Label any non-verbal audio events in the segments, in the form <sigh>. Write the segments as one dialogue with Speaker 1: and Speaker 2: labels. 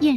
Speaker 1: 燕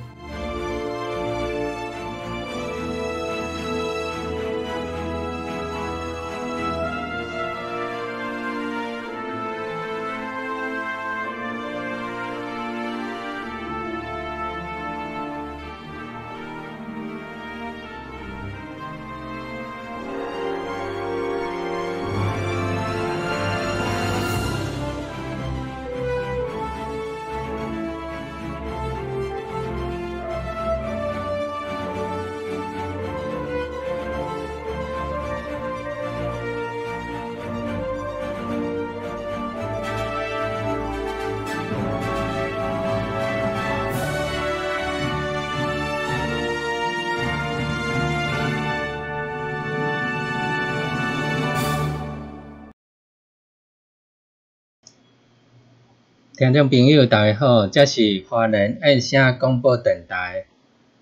Speaker 2: 听众朋友，大家好，这是华人爱声广播电台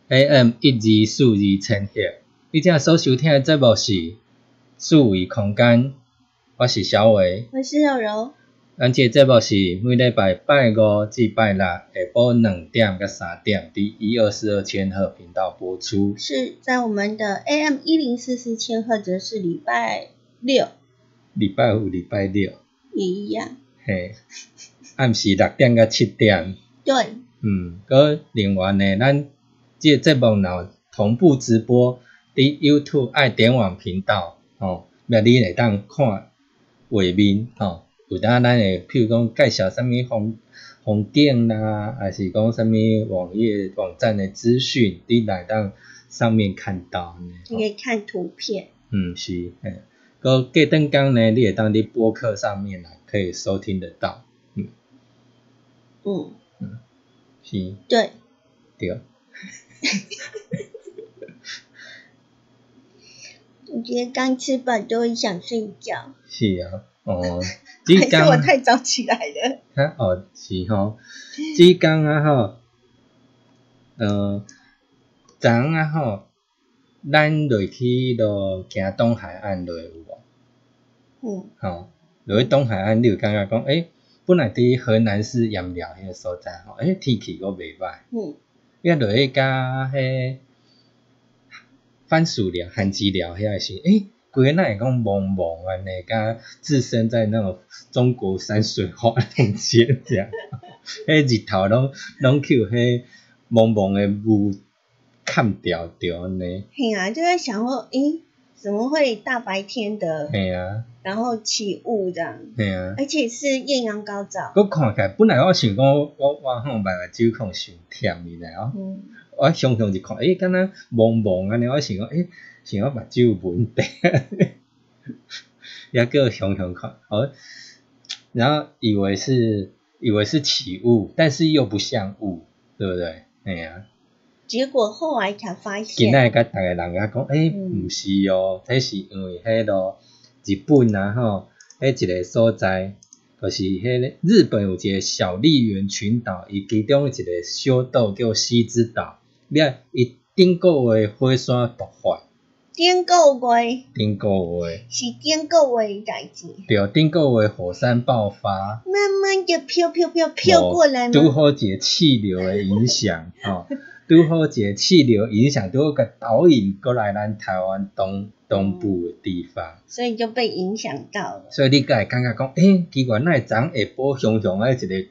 Speaker 2: AM 一二四二千赫。你正所收听的节目是《四维空间》，我是小伟。
Speaker 3: 我是柔柔，
Speaker 2: 咱这个节目是每礼拜拜五至拜六下晡两点到三点，伫一二四二千赫频道播出。
Speaker 3: 是在我们的 AM 一零四四千赫则是礼拜六
Speaker 2: 礼拜五、礼拜六，
Speaker 3: 也一样。
Speaker 2: 嘿，暗时六点到七点。
Speaker 3: 对，
Speaker 2: 嗯，搁另外呢，咱即个节目若同步直播伫 YouTube 爱点网频道吼，要你会当看画面吼、有当咱会，譬如讲介绍啥物风风景啦、还是讲啥物网页网站的资讯，你来当上面看到呢。
Speaker 3: 你
Speaker 2: 吼
Speaker 3: 可以看图片。
Speaker 2: 嗯，是，嘿，搁过灯光呢，你会当伫播客上面啦，可以收听得到，
Speaker 3: 嗯，
Speaker 2: 是，
Speaker 3: 对，
Speaker 2: 对，
Speaker 3: 我今天刚吃饱，就很想睡觉。
Speaker 2: 是啊，
Speaker 3: <laughs>
Speaker 2: 哦，你
Speaker 3: 还是
Speaker 2: 讲
Speaker 3: 我太早起来了？
Speaker 2: 啊，哦，是吼，只讲啊吼，呃，昨昏啊吼，咱落去迄落行东海岸落有无？
Speaker 3: 嗯，
Speaker 2: 吼，落去东海岸，你有感觉讲，诶、本来伫河南市盐寮迄个所在吼，诶、天气阁袂歹，
Speaker 3: 嗯，
Speaker 2: 你啊落去甲迄番薯寮、番薯寮遐个时，诶、规个那会讲蒙蒙安尼，甲置身在那种中国山水画中间这样， <laughs> 迄日头拢拢去迄蒙蒙的雾砍掉掉安尼，
Speaker 3: 嘿啊，就在想说，诶，怎么会大白天的，
Speaker 2: 嘿啊
Speaker 3: 然后起雾这样，
Speaker 2: 嘿啊，
Speaker 3: 而且是艳阳高照。
Speaker 2: 我看起来本来我想讲我我我吼目目睭可能伤忝你知哦。
Speaker 3: 嗯，
Speaker 2: 我常常就看，诶、敢若蒙蒙安尼，我想讲，诶、想我目睭有问题，也个常常看，哦，然后以为是以为是起雾，但是又不像雾，对不对？哎呀、
Speaker 3: 结果后来才发
Speaker 2: 今
Speaker 3: 现，
Speaker 2: 仔甲逐个人甲讲，诶、
Speaker 3: 嗯
Speaker 2: 毋是哦，迄是因为迄咯日本啊吼，迄一个所在，就是迄个日本有一个小笠原群岛，伊其中一个小岛叫西之岛，了伊顶个月火山爆发，
Speaker 3: 顶个月
Speaker 2: 顶个月
Speaker 3: 是顶个月的代志，
Speaker 2: 对顶个月火山爆发，
Speaker 3: 慢慢就飘飘飘飘过来
Speaker 2: 拄
Speaker 3: 吗？
Speaker 2: 好一个气流的影响，
Speaker 3: <laughs>
Speaker 2: 吼、拄好一个气流影响，拄好甲导引过来咱台湾东东部的地方。
Speaker 3: 所以就被影响到了。
Speaker 2: 所以你才会感觉讲，诶、奇怪，那昨下晡熊熊诶一个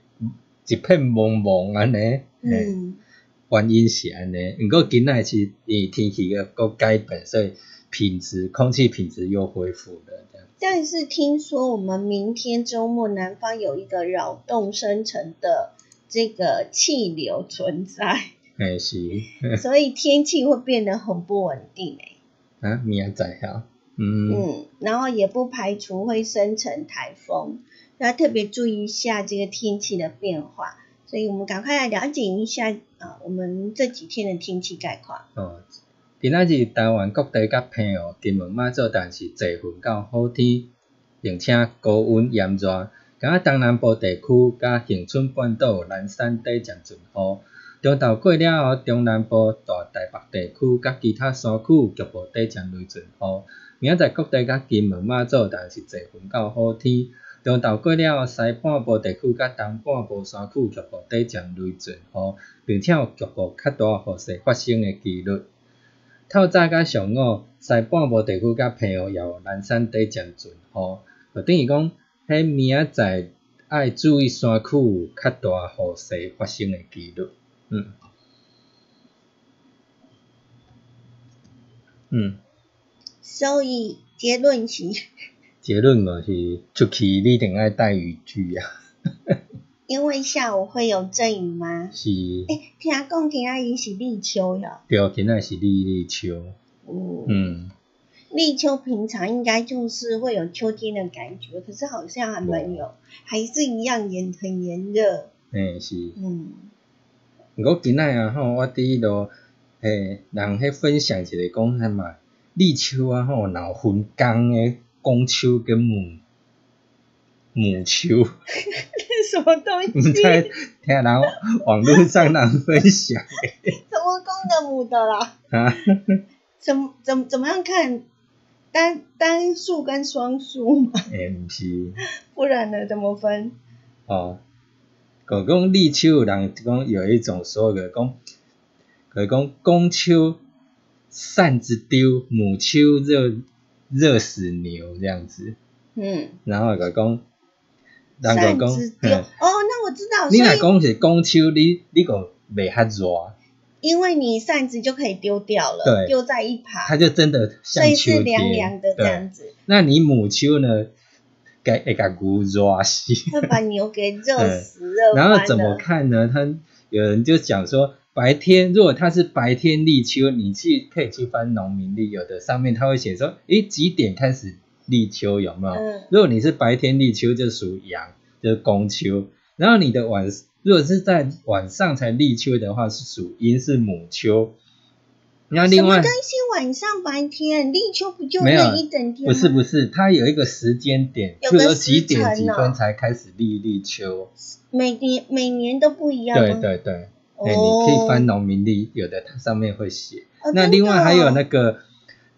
Speaker 2: 一片蒙蒙安尼，诶、
Speaker 3: 嗯，
Speaker 2: 原因是安尼。毋过今仔是因为天气个个改变，所以品质空气品质又恢复了。这样
Speaker 3: 但是听说我们明天周末南方有一个扰动生成的这个气流存在，
Speaker 2: 诶、是
Speaker 3: <laughs> 所以天气会变得很不稳定诶、
Speaker 2: 啊，明仔载啊，嗯，
Speaker 3: 嗯，然后也不排除会生成台风，要特别注意一下这个天气的变化。所以我们赶快来了解一下啊、呃我们这几天的天气概况。
Speaker 2: 哦，今仔日台湾各地较偏哦，金门、马祖，但是侪云到好天，并且高温炎热。敢若东南部地区甲恒春半岛、南山底渐阵雨。中昼过了后，中南部、大台北地区甲其他山区局部地渐雷阵雨。明仔载各地甲金门、马祖，但是侪云到好天。中昼过了后，西半部地区甲东半部山区局部地渐雷阵雨，并且有局部较大雨势发生诶几率。透早甲上午，西半部地区甲平湖也有南山底渐阵雨，就等于讲，迄明仔载爱注意山区有较大雨势发生诶几率。嗯，嗯，
Speaker 3: 所以结论是，
Speaker 2: 结论就是出去你一定爱带雨具啊，
Speaker 3: 因为下午会有阵雨吗？
Speaker 2: 是，
Speaker 3: 诶，听讲今仔日是立秋了，
Speaker 2: 对，今仔是立立秋，
Speaker 3: 嗯，
Speaker 2: 嗯，
Speaker 3: 立秋平常应该就是会有秋天的感觉，可是好像还没有，还是一样炎很炎热，
Speaker 2: 诶、是。
Speaker 3: 嗯，
Speaker 2: 毋过今仔啊吼，我伫迄落诶人迄分享一个讲啥嘛，立秋啊吼，若有分工诶公秋跟母母秋，毋
Speaker 3: <laughs> 什么东
Speaker 2: 知
Speaker 3: 西？
Speaker 2: 听人网络上人分享
Speaker 3: 怎么公的母的啦？
Speaker 2: 啊，
Speaker 3: 怎怎怎么样看单单数跟双数嘛？
Speaker 2: 诶、毋是
Speaker 3: <laughs> 不然呢怎么分？
Speaker 2: 哦，就讲立秋有人讲有一种说个讲，就讲公秋扇子丢，母秋热热死牛这样子。
Speaker 3: 嗯，
Speaker 2: 然后就讲，人
Speaker 3: 三
Speaker 2: 就
Speaker 3: 只丢
Speaker 2: 讲，
Speaker 3: 哦，那我知道，
Speaker 2: 你
Speaker 3: 所
Speaker 2: 若
Speaker 3: 以
Speaker 2: 讲是讲手，你你个袂啊较热，
Speaker 3: 因为你扇子就可以丢掉了，
Speaker 2: 对
Speaker 3: 丢在一
Speaker 2: 它
Speaker 3: 旁，
Speaker 2: 就真的
Speaker 3: 所
Speaker 2: 像
Speaker 3: 以
Speaker 2: 秋天。
Speaker 3: 是凉凉的这
Speaker 2: 对，
Speaker 3: 样子，
Speaker 2: 那你母秋呢，该会甲牛热
Speaker 3: <laughs>
Speaker 2: 死。
Speaker 3: 会把牛给
Speaker 2: <laughs>
Speaker 3: 热
Speaker 2: 嗯
Speaker 3: 死热
Speaker 2: 然
Speaker 3: 翻
Speaker 2: 后怎么
Speaker 3: 了。
Speaker 2: 看呢？他有人就讲说，白天如果它是白天立秋，你去可以去翻农民历，有的上面它会写说，诶几点开始立秋，有没有？
Speaker 3: 嗯，
Speaker 2: 如果你是白天立秋，就属阳，就是公秋。然后你的晚，如果是在晚上才立秋的话，是属阴，是母秋。那
Speaker 3: 什
Speaker 2: 另
Speaker 3: 么
Speaker 2: 外
Speaker 3: 东西晚上白天立秋不就
Speaker 2: 没有
Speaker 3: 那一整天吗？
Speaker 2: 不是不是，它有一个时间点，
Speaker 3: 有
Speaker 2: 就
Speaker 3: 个
Speaker 2: 有几
Speaker 3: 时
Speaker 2: 点
Speaker 3: 辰
Speaker 2: 几
Speaker 3: 哦
Speaker 2: 分才开始立立秋。
Speaker 3: 每年每年都不一样
Speaker 2: 对
Speaker 3: 吗？
Speaker 2: 对对，
Speaker 3: 哦，
Speaker 2: 哎、你可以翻农民历，有的它上面会写。
Speaker 3: 哦。
Speaker 2: 那另外还有那
Speaker 3: 个
Speaker 2: 个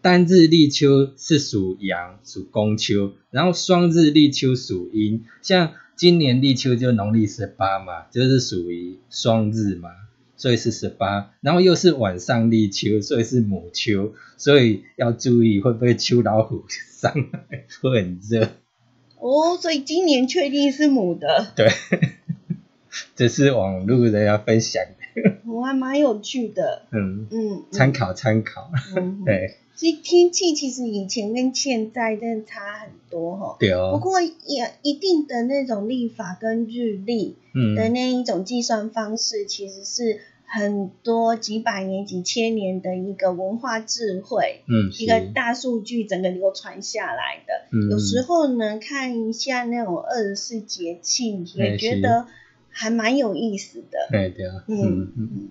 Speaker 2: 单日立秋是属阳，属公秋，然后双日立秋属阴。像今年立秋就农历十八嘛，就是属于双日嘛，所以是十八。然后又是晚上立秋，所以是母秋，所以要注意会不会秋老虎上来会很热。
Speaker 3: 哦，所以今年确定是母的，
Speaker 2: 对，这是网络人要分享的，
Speaker 3: 我还蛮有趣的。
Speaker 2: 嗯，
Speaker 3: 嗯，嗯
Speaker 2: 参考参考，
Speaker 3: 嗯嗯
Speaker 2: <laughs> 对
Speaker 3: 所以天气其实以前跟现在真的差很多哈、
Speaker 2: 对
Speaker 3: 不
Speaker 2: 哦，
Speaker 3: 过也一定的那种历法跟日历的
Speaker 2: 嗯，
Speaker 3: 那一种计算方式，其实是很多几百年、几千年的一个文化智慧，
Speaker 2: 嗯，
Speaker 3: 一个
Speaker 2: 是
Speaker 3: 大数据整个流传下来的。
Speaker 2: 嗯
Speaker 3: 有时候呢，看一下那种二十四节气，也
Speaker 2: 哎
Speaker 3: 觉
Speaker 2: 是
Speaker 3: 得还蛮有意思的。
Speaker 2: 对对啊，
Speaker 3: 嗯
Speaker 2: 嗯嗯，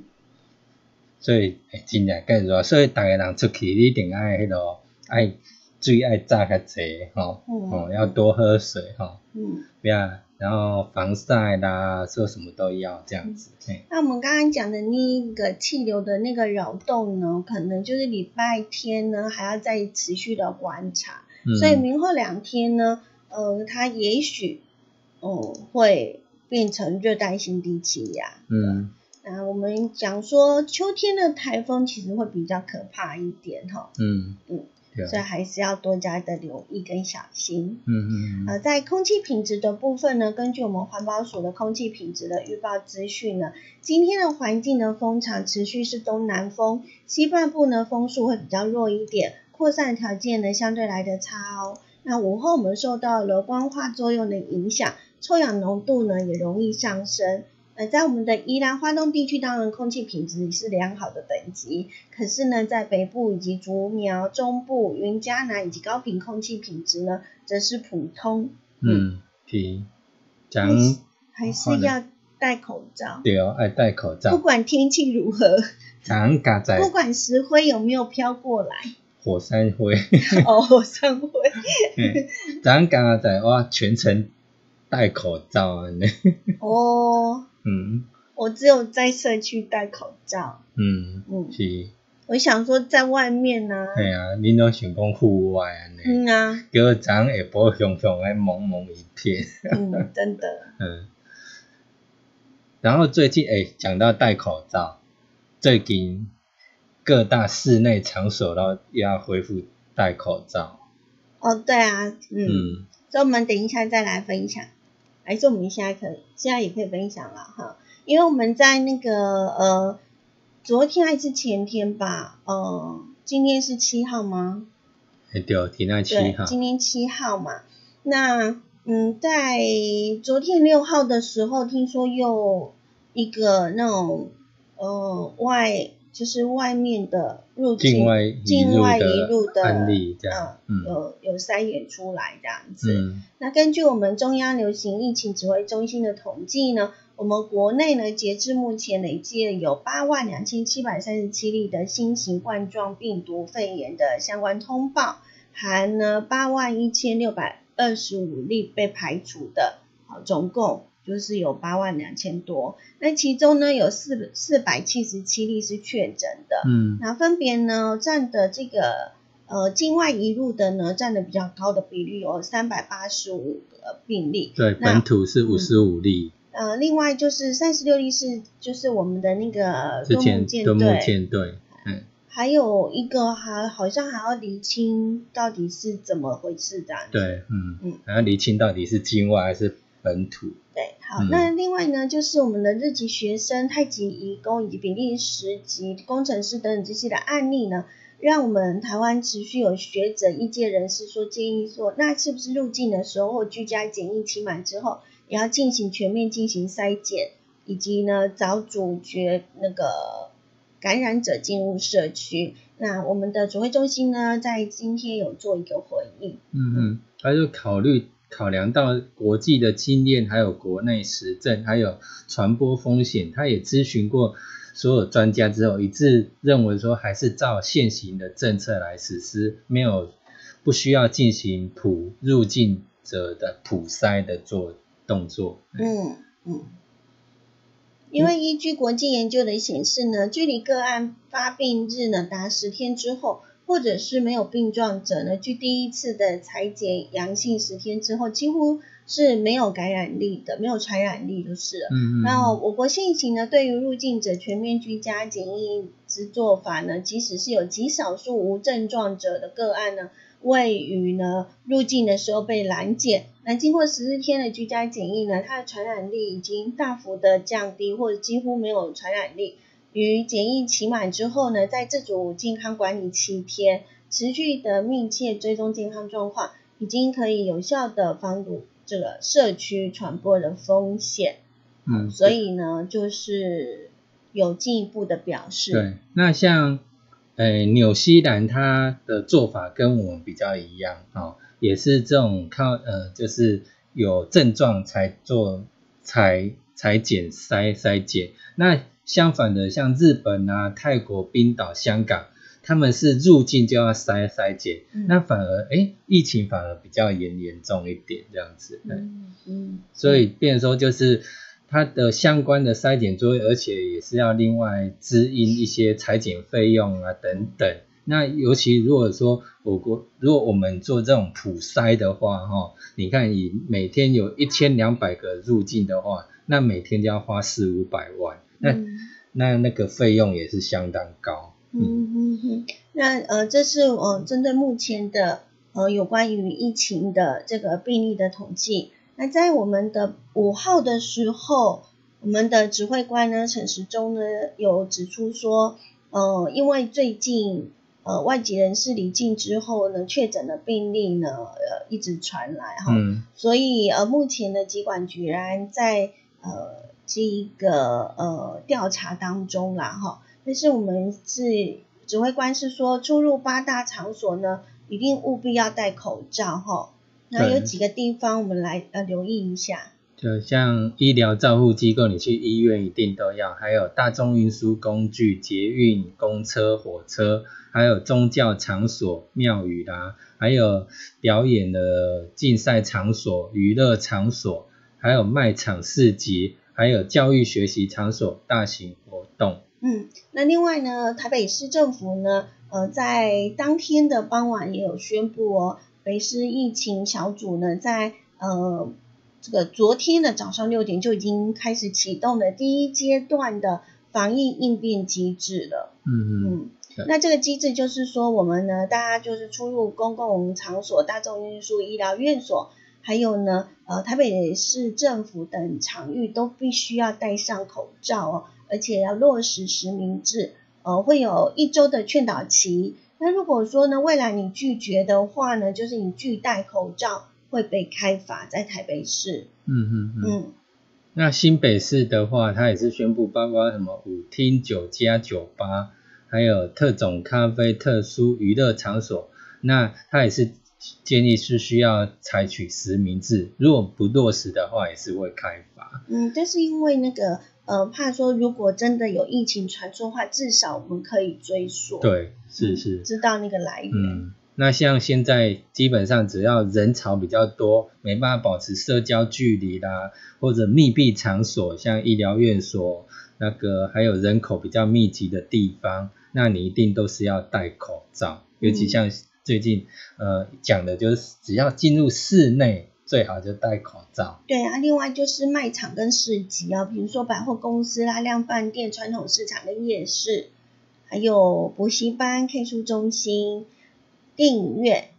Speaker 2: 所以会真正介热，所以逐个人出去你一定爱迄落爱水爱榨较济吼，
Speaker 3: 嗯
Speaker 2: 吼、要多喝水吼，
Speaker 3: 嗯
Speaker 2: 不要然后防晒啦，做什么都要这样子。嘿
Speaker 3: 那我们刚刚讲的那个气流的那个扰动呢，可能就是礼拜天呢还要再持续的观察，
Speaker 2: 嗯
Speaker 3: 所以明后两天呢，呃，它也许哦、会变成热带性低气压。
Speaker 2: 嗯
Speaker 3: 那我们讲说秋天的台风其实会比较可怕一点哈、
Speaker 2: 嗯
Speaker 3: 嗯，
Speaker 2: 对
Speaker 3: 所以
Speaker 2: 啊，
Speaker 3: 还是要多加的留意跟小心。
Speaker 2: 嗯嗯
Speaker 3: 呃，
Speaker 2: 嗯
Speaker 3: 在空气品质的部分呢，根据我们环保署的空气品质的预报资讯呢，今天的环境呢风场持续是东南风，西半部呢风速会比较弱一点，扩散条件呢相对来的差哦。那午后我们受到了光化作用的影响，臭氧浓度呢也容易上升。呃，在我们的宜兰、花东地区，当然空气品质是良好的等级，可是呢，在北部以及竹苗、中部、云嘉南以及高屏空气品质呢，则是普通，
Speaker 2: 嗯，是讲
Speaker 3: 还
Speaker 2: 好
Speaker 3: 是
Speaker 2: 嘞
Speaker 3: 要戴口罩。
Speaker 2: 对哦，爱戴口
Speaker 3: 不
Speaker 2: 罩，
Speaker 3: 管天气如何，
Speaker 2: 常加在
Speaker 3: 不管石灰有没有飘过
Speaker 2: <laughs>
Speaker 3: 来，
Speaker 2: 火山灰，
Speaker 3: 哦，上灰，
Speaker 2: <laughs> 嘿常加在我全程戴口罩安尼。
Speaker 3: 哦，
Speaker 2: <laughs> 嗯
Speaker 3: 我只有在社区戴口罩。
Speaker 2: 嗯，
Speaker 3: 嗯，
Speaker 2: 是，
Speaker 3: 我想说在外面呢、
Speaker 2: 嘿啊，恁拢想讲户外安尼，
Speaker 3: 嗯啊，
Speaker 2: 结果昨下晡熊熊诶蒙蒙一片。 <laughs>
Speaker 3: 嗯，真的，
Speaker 2: 嗯，然后最近诶，讲到戴口罩，最近各大室内场所都要恢复戴口罩。
Speaker 3: 哦，对啊，嗯，
Speaker 2: 嗯
Speaker 3: 所以我们等一下再来分享，还是我们现在可以，现在也可以分享了哈，因为我们在那个呃，昨天还是前天吧，呃，今天是七号吗？
Speaker 2: 诶，对，体内七
Speaker 3: 对
Speaker 2: 号，，
Speaker 3: 今天七号嘛，那嗯，在昨天六号的时候，听说又一个那种呃外就是外面的入境
Speaker 2: 境外
Speaker 3: 境外移入的
Speaker 2: 案例这样，
Speaker 3: 嗯，
Speaker 2: 嗯
Speaker 3: 有有筛选出来这样子。
Speaker 2: 嗯
Speaker 3: 那根据我们中央流行疫情指挥中心的统计呢，我们国内呢，截至目前累计了有八万两千七百三十七例的新型冠状病毒肺炎的相关通报，含呢八万一千六百二十五例被排除的，好，总共就是有八万两千多。那其中呢，有四四百七十七例是确诊的，
Speaker 2: 嗯
Speaker 3: 那分别呢占的这个呃境外移入的呢占的比较高的比率有三百八十五个病例，
Speaker 2: 对，
Speaker 3: 那
Speaker 2: 本土是
Speaker 3: 嗯
Speaker 2: 五十五例，
Speaker 3: 呃，另外就是三十六例是就是我们的那个
Speaker 2: 之
Speaker 3: 多姆
Speaker 2: 前
Speaker 3: 舰
Speaker 2: 敦睦
Speaker 3: 队，
Speaker 2: 舰队，嗯
Speaker 3: 还有一个还好像还要厘清到底是怎么回事的。
Speaker 2: 对，
Speaker 3: 嗯
Speaker 2: 嗯，然后厘清到底是境外还是本土，
Speaker 3: 对，好，
Speaker 2: 嗯
Speaker 3: 那另外呢，就是我们的日籍学生、太极移工以及比利时籍工程师等等这些的案例呢，让我们台湾持续有学者、业界人士说建议说，那是不是入境的时候或居家检疫期满之后，也要进行全面进行筛检，以及呢早阻绝那个感染者进入社区。那我们的指挥中心呢，在今天有做一个回应。
Speaker 2: 嗯嗯，他就考虑考量到国际的经验，还有国内实证，还有传播风险，他也咨询过所有专家之后，一致认为说还是照现行的政策来实施，没有不需要进行普入境者的普筛的做动作。
Speaker 3: 嗯，嗯，因为依据国际研究的显示呢，距离个案发病日呢达十天之后，或者是没有病状者呢，距第一次的裁剪阳性十天之后，几乎是没有感染力的，没有传染力就是了。
Speaker 2: 嗯嗯，
Speaker 3: 那
Speaker 2: 嗯
Speaker 3: 我国现行呢，对于入境者全面居家检疫之做法呢，即使是有极少数无症状者的个案呢，位于呢入境的时候被拦截，那经过十四天的居家检疫呢，它的传染力已经大幅的降低，或者几乎没有传染力。于检疫期满之后呢，在自主健康管理七天，持续的密切追踪健康状况，已经可以有效的防堵这个社区传播的风险。
Speaker 2: 嗯
Speaker 3: 所以呢，就是有进一步的表示。
Speaker 2: 对，那像呃纽西兰它的做法跟我们比较一样哦，也是这种靠呃就是有症状才做才才检筛筛检。那相反的，像日本啊、泰国、冰岛、香港，他们是入境就要筛筛检，
Speaker 3: 嗯
Speaker 2: 那反而哎疫情反而比较严严重一点这样子，哎
Speaker 3: 嗯嗯，
Speaker 2: 所以变成说就是它的相关的筛检作业，而且也是要另外支应一些裁剪费用啊等等。那尤其如果说我国如果我们做这种普筛的话，哈、你看以每天有一千两百个入境的话，那每天就要花四五百万，那、
Speaker 3: 嗯
Speaker 2: 那那个费用也是相当高。嗯，
Speaker 3: 嗯嗯嗯，那呃，这是呃针对目前的呃有关于疫情的这个病例的统计。那在我们的五号的时候，我们的指挥官呢陈时中呢有指出说，呃，因为最近呃外籍人士离境之后呢，确诊的病例呢呃一直传来哈，
Speaker 2: 嗯
Speaker 3: 所以呃，目前的疾管局然在呃这一个呃调查当中啦哈，但是我们是指挥官是说，出入八大场所呢，一定务必要戴口罩哈。那有
Speaker 2: 对
Speaker 3: 几个地方我们来呃留意一下，
Speaker 2: 就像医疗照护机构，你去医院一定都要，还有大众运输工具，捷运、公车、火车，还有宗教场所、庙宇啦、还有表演的竞赛场所、娱乐场所，还有卖场市集，还有教育学习场所、大型活动。
Speaker 3: 嗯，那另外呢，台北市政府呢，呃，在当天的傍晚也有宣布哦，北市疫情小组呢，在呃这个昨天的早上六点就已经开始启动了第一阶段的防疫应变机制了。
Speaker 2: 嗯嗯
Speaker 3: 嗯
Speaker 2: 对，
Speaker 3: 那这个机制就是说，我们呢，大家就是出入公共场所、大众运输、医疗院所，还有呢，呃，台北市政府等场域都必须要戴上口罩哦，而且要落实实名制，呃，会有一周的劝导期。那如果说呢，未来你拒绝的话呢，就是你拒戴口罩会被开罚，在台北市。
Speaker 2: 嗯嗯嗯。
Speaker 3: 嗯
Speaker 2: 那新北市的话，它也是宣布，包括什么舞厅、酒家、酒吧，还有特种咖啡、特殊娱乐场所。那它也是建议是需要采取实名制，如果不落实的话，也是会开罚。
Speaker 3: 嗯，但是因为那个呃，怕说如果真的有疫情传出的话，至少我们可以追溯。。嗯
Speaker 2: 对，是是，
Speaker 3: 知道那个来源。
Speaker 2: 嗯。那像现在基本上只要人潮比较多，没办法保持社交距离啦，或者密闭场所，像医疗院所，那个还有人口比较密集的地方，那你一定都是要戴口罩，尤其像最近呃讲的就是，只要进入室内最好就戴口罩。
Speaker 3: 对啊，另外就是卖场跟市集啊，比如说百货公司啦、量贩店、传统市场跟夜市，还有补习班、K 书中心、电影院、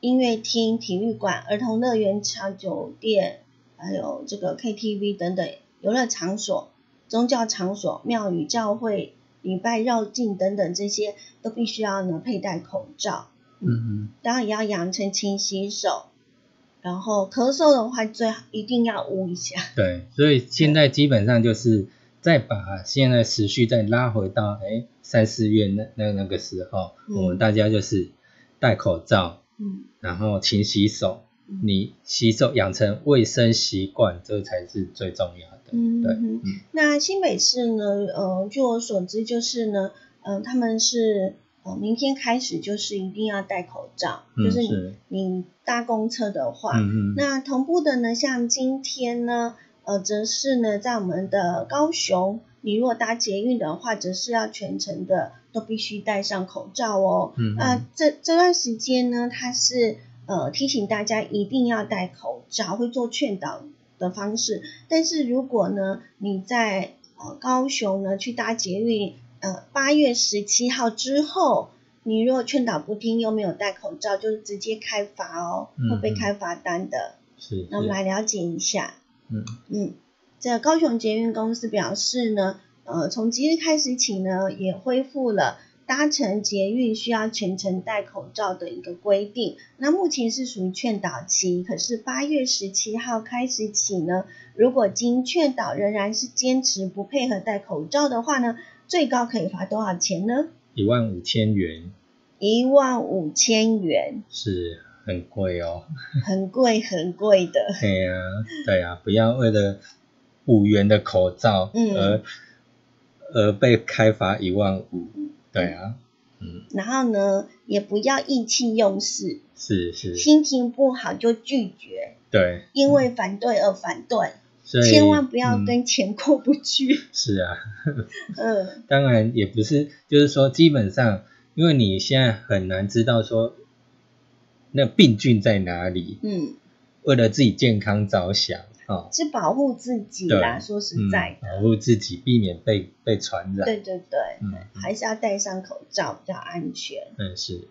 Speaker 3: 音乐厅、体育馆、儿童乐园、茶酒店，还有这个 KTV 等等游乐场所、宗教场所、庙宇、教会、礼拜绕境等等这些都必须要呢佩戴口罩。
Speaker 2: 嗯
Speaker 3: 当然也要养成勤洗手，然后咳嗽的话最好一定要捂一下
Speaker 2: 嗯。，对，所以现在基本上就是再把现在时序再拉回到哎三四月那那那个时候，
Speaker 3: 嗯
Speaker 2: 我们大家就是戴口罩，
Speaker 3: 嗯，
Speaker 2: 然后勤洗手，
Speaker 3: 嗯
Speaker 2: 你洗手养成卫生习惯，这才是最重要的。
Speaker 3: 嗯
Speaker 2: 对
Speaker 3: 哼，那新北市呢？呃，据我所知，就是呢，嗯、他们是呃，明天开始就是一定要戴口罩，
Speaker 2: 嗯
Speaker 3: 就是你
Speaker 2: 是
Speaker 3: 你搭公车的话，
Speaker 2: 嗯嗯，
Speaker 3: 那同步的呢，像今天呢，呃，则是呢，在我们的高雄，你如果搭捷运的话，则是要全程的都必须戴上口罩哦。
Speaker 2: 嗯
Speaker 3: 那、
Speaker 2: 嗯
Speaker 3: 这这段时间呢，它是呃提醒大家一定要戴口罩，会做劝导的方式。但是如果呢，你在呃高雄呢去搭捷运，呃八月十七号之后，你如果劝导不听又没有戴口罩，就是直接开罚哦，会被
Speaker 2: 嗯嗯
Speaker 3: 开罚单的。
Speaker 2: 是，
Speaker 3: 那我们
Speaker 2: 是
Speaker 3: 来了解一下，
Speaker 2: 嗯
Speaker 3: 嗯，这高雄捷运公司表示呢，呃，从即日开始起呢，也恢复了搭乘捷运需要全程戴口罩的一个规定。那目前是属于劝导期，可是八月十七号开始起呢，如果经劝导仍然是坚持不配合戴口罩的话呢，最高可以罚多少钱呢？
Speaker 2: 一万五千元
Speaker 3: 一万五
Speaker 2: <laughs>
Speaker 3: 千元，
Speaker 2: 是很贵哦。
Speaker 3: 很贵很贵的。
Speaker 2: 对哎呀、对呀、不要为了五元的口罩
Speaker 3: 嗯
Speaker 2: 而、而被开罚一万五。对啊，嗯，
Speaker 3: 然后呢，也不要意气用事，
Speaker 2: 是是，
Speaker 3: 心情不好就拒绝，
Speaker 2: 对，
Speaker 3: 因为反对而反对，
Speaker 2: 所以
Speaker 3: 千万不要
Speaker 2: 嗯
Speaker 3: 跟钱过不去。
Speaker 2: 是啊，
Speaker 3: 嗯，
Speaker 2: 当然也不是，就是说基本上，因为你现在很难知道说那病菌在哪里，
Speaker 3: <laughs> 嗯，
Speaker 2: 为了自己健康着想，哦，
Speaker 3: 是保护自己啦，
Speaker 2: 对
Speaker 3: 说实
Speaker 2: 嗯
Speaker 3: 在，的，
Speaker 2: 保护自己，避免被被传染，
Speaker 3: 对对对，
Speaker 2: 嗯
Speaker 3: 还是要戴上口罩比较安全。
Speaker 2: 嗯是，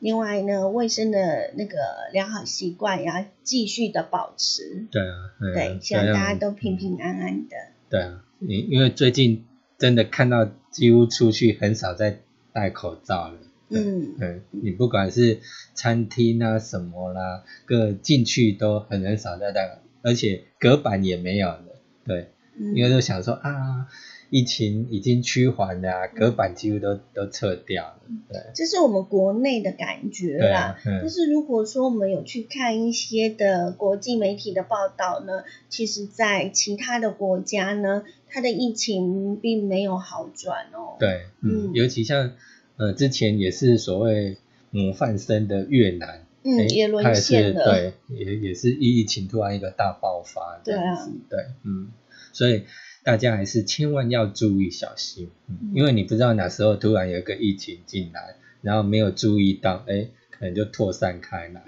Speaker 3: 另外呢，卫生的那个良好习惯也要继续的保持。
Speaker 2: 对啊，嗯
Speaker 3: 对，希望大家都平。
Speaker 2: 嗯
Speaker 3: 平安安的。
Speaker 2: 对啊，你因为最近真的看到几乎出去很少在戴口罩了。
Speaker 3: 嗯，
Speaker 2: 嗯，你不管是餐厅啊什么啦，各进去都很很少在戴，而且隔板也没有了。对，
Speaker 3: 嗯
Speaker 2: 因为都想说啊，疫情已经趋缓了啊、隔板几乎都都撤掉了。对，
Speaker 3: 这是我们国内的感觉
Speaker 2: 对
Speaker 3: 啦
Speaker 2: 啊。嗯
Speaker 3: 就是如果说我们有去看一些的国际媒体的报道呢，其实，在其他的国家呢，它的疫情并没有好转哦。，
Speaker 2: 对，嗯，
Speaker 3: 嗯
Speaker 2: 尤其像呃之前也是所谓模范生的越南，诶
Speaker 3: 嗯，也
Speaker 2: 它
Speaker 3: 沦
Speaker 2: 也是
Speaker 3: 陷了。
Speaker 2: 对，也也是疫情突然一个大爆发这
Speaker 3: 对
Speaker 2: 样
Speaker 3: 啊
Speaker 2: 子，对嗯，所以大家还是千万要注意小心，嗯
Speaker 3: 嗯
Speaker 2: 因为你不知道哪时候突然有一个疫情进来，然后没有注意到，哎，可能就扩散开来，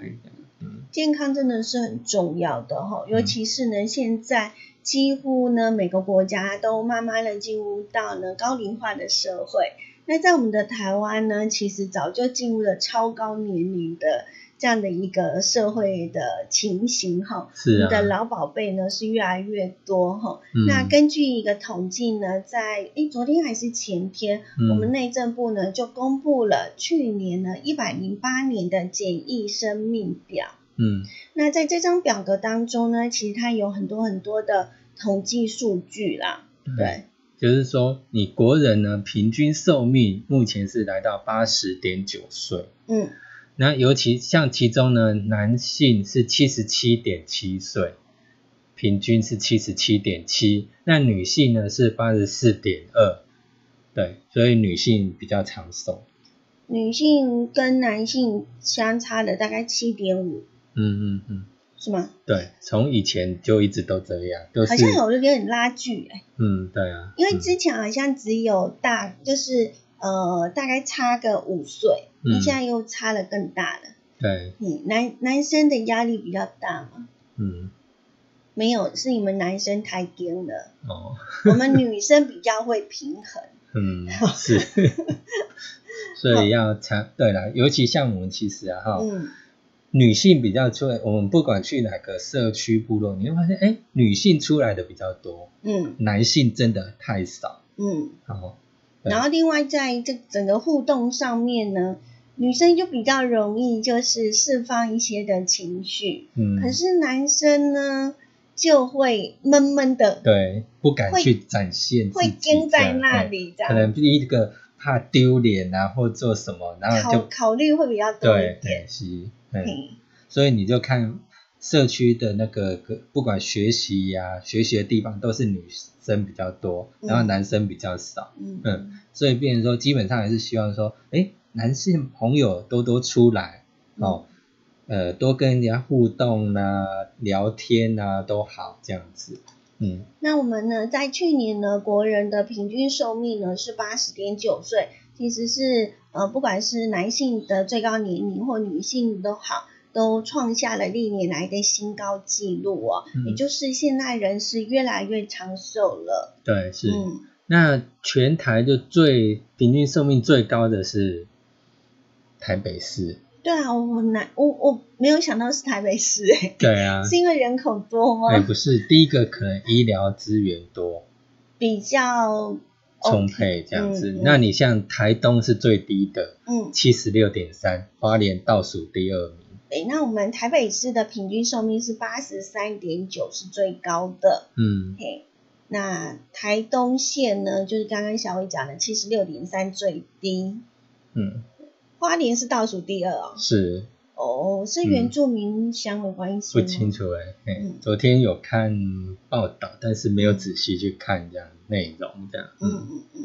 Speaker 2: 嗯
Speaker 3: 健康真的是很重要的哈、尤其是呢，现在几乎呢每个国家都慢慢的进入到呢高龄化的社会。那在我们的台湾呢，其实早就进入了超高年龄的这样的一个社会的情形哈、
Speaker 2: 是
Speaker 3: 我们的
Speaker 2: 啊，
Speaker 3: 老宝贝呢是越来越多哈、
Speaker 2: 嗯
Speaker 3: 那根据一个统计呢，在诶昨天还是前天，
Speaker 2: 嗯
Speaker 3: 我们内政部呢就公布了去年呢一百零八年的简易生命表。
Speaker 2: 嗯
Speaker 3: 那在这张表格当中呢，其实它有很多很多的统计数据啦。对，
Speaker 2: 就是说你国人呢平均寿命目前是来到八十点九岁，
Speaker 3: 嗯
Speaker 2: 那尤其像其中呢，男性是七十七点七岁，平均是七十七点七，那女性呢是八十四点二，对，所以女性比较长寿。
Speaker 3: 女性跟男性相差了大概七点五，
Speaker 2: 嗯嗯嗯，
Speaker 3: 是吗？
Speaker 2: 对，从以前就一直都这样，呃就是
Speaker 3: 好像有一点拉锯、欸，
Speaker 2: 嗯，对啊，
Speaker 3: 因为之前好像只有大，就是呃大概差个五岁，
Speaker 2: 嗯
Speaker 3: 那现在又差了更大了。
Speaker 2: 嗯对，
Speaker 3: 嗯，男男生的压力比较大嘛？
Speaker 2: 嗯
Speaker 3: 没有，是你们男生太
Speaker 2: <laughs>
Speaker 3: 硬了，
Speaker 2: 哦，
Speaker 3: 我们女生比较会平衡。 <laughs>
Speaker 2: 嗯是， <laughs> 所以要长对啦，尤其像我们其实啊哈，
Speaker 3: 嗯
Speaker 2: 女性比较出来，我们不管去哪个社区部落，你会发现，哎，女性出来的比较多，
Speaker 3: 嗯
Speaker 2: 男性真的太少。
Speaker 3: 嗯。
Speaker 2: 哦，对
Speaker 3: 然后另外在这整个互动上面呢，女生就比较容易就是释放一些的情绪，
Speaker 2: 嗯，
Speaker 3: 可是男生呢就会闷闷的，
Speaker 2: 对，不敢
Speaker 3: 会
Speaker 2: 去展现自己
Speaker 3: 会僵在
Speaker 2: 这
Speaker 3: 那
Speaker 2: 样，
Speaker 3: 里这
Speaker 2: 哎可
Speaker 3: 样，
Speaker 2: 能第一个怕丢脸啊，或做什么，然后
Speaker 3: 考
Speaker 2: 就
Speaker 3: 考虑会比较多一
Speaker 2: 对，
Speaker 3: 点。
Speaker 2: 哎是，嗯，
Speaker 3: 嘿
Speaker 2: 所以你就看社区的那个，个不管学习呀、学习的地方都是女生比较多，然后
Speaker 3: 嗯
Speaker 2: 男生比较少。
Speaker 3: 嗯
Speaker 2: 嗯所以变成说，基本上还是希望说，哎，男性朋友多多出来哦，
Speaker 3: 嗯
Speaker 2: 呃，多跟人家互动啊、聊天啊都好这样子。嗯
Speaker 3: 那我们呢，在去年呢，国人的平均寿命呢是八十点九岁，其实是呃，不管是男性的最高年龄或女性都好，都创下了历年来的新高纪录哦。
Speaker 2: 嗯
Speaker 3: 也就是现在人是越来越长寿了。
Speaker 2: 对，是。
Speaker 3: 嗯，
Speaker 2: 那全台就最平均寿命最高的是台北市。
Speaker 3: 对啊，我难，我我没有想到是台北市哎、
Speaker 2: 对啊，
Speaker 3: 是因为人口多吗？
Speaker 2: 哎，不是，第一个可能医疗资源多。
Speaker 3: 比较
Speaker 2: 充沛这样子
Speaker 3: 嗯嗯
Speaker 2: 那你像台东是最低的，
Speaker 3: 嗯，
Speaker 2: 七十六点三，花莲倒数第二名。
Speaker 3: 哎，那我们台北市的平均寿命是八十三点九，是最高的。
Speaker 2: 嗯，
Speaker 3: 嘿，那台东县呢，就是刚刚小伟讲的七十六点三最低，
Speaker 2: 嗯，
Speaker 3: 花莲是倒数第二哦。
Speaker 2: 是
Speaker 3: 哦，是原住民乡的关系
Speaker 2: 不
Speaker 3: 吗？
Speaker 2: 清楚哎、嘿
Speaker 3: 嗯
Speaker 2: 昨天有看报道，但是没有仔细去看这样内容这样。
Speaker 3: 嗯，嗯嗯。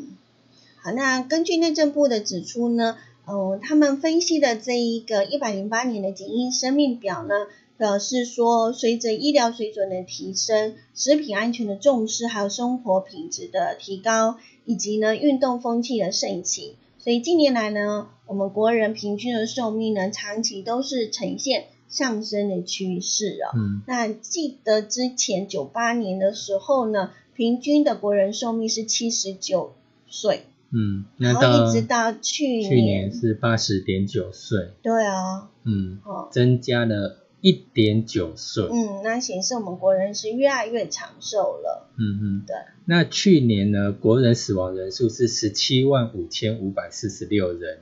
Speaker 3: 好，那根据内政部的指出呢，呃，他们分析的这一个一百零八年的景因生命表呢，表示说，随着医疗水准的提升、食品安全的重视，还有生活品质的提高，以及呢运动风气的盛行，所以近年来呢，我们国人平均的寿命呢，长期都是呈现上升的趋势哦。
Speaker 2: 嗯
Speaker 3: 那记得之前九八年的时候呢，平均的国人寿命是七十九岁，
Speaker 2: 嗯，那
Speaker 3: 然后
Speaker 2: 到
Speaker 3: 一直到去
Speaker 2: 去年是八十点九岁，
Speaker 3: 对啊，
Speaker 2: 嗯，
Speaker 3: 哦，
Speaker 2: 增加了一点九岁，
Speaker 3: 嗯，那显示我们国人是越来越长寿了。
Speaker 2: 嗯哼，
Speaker 3: 对。
Speaker 2: 那去年呢，国人死亡人数是十七万五千五百四十六人，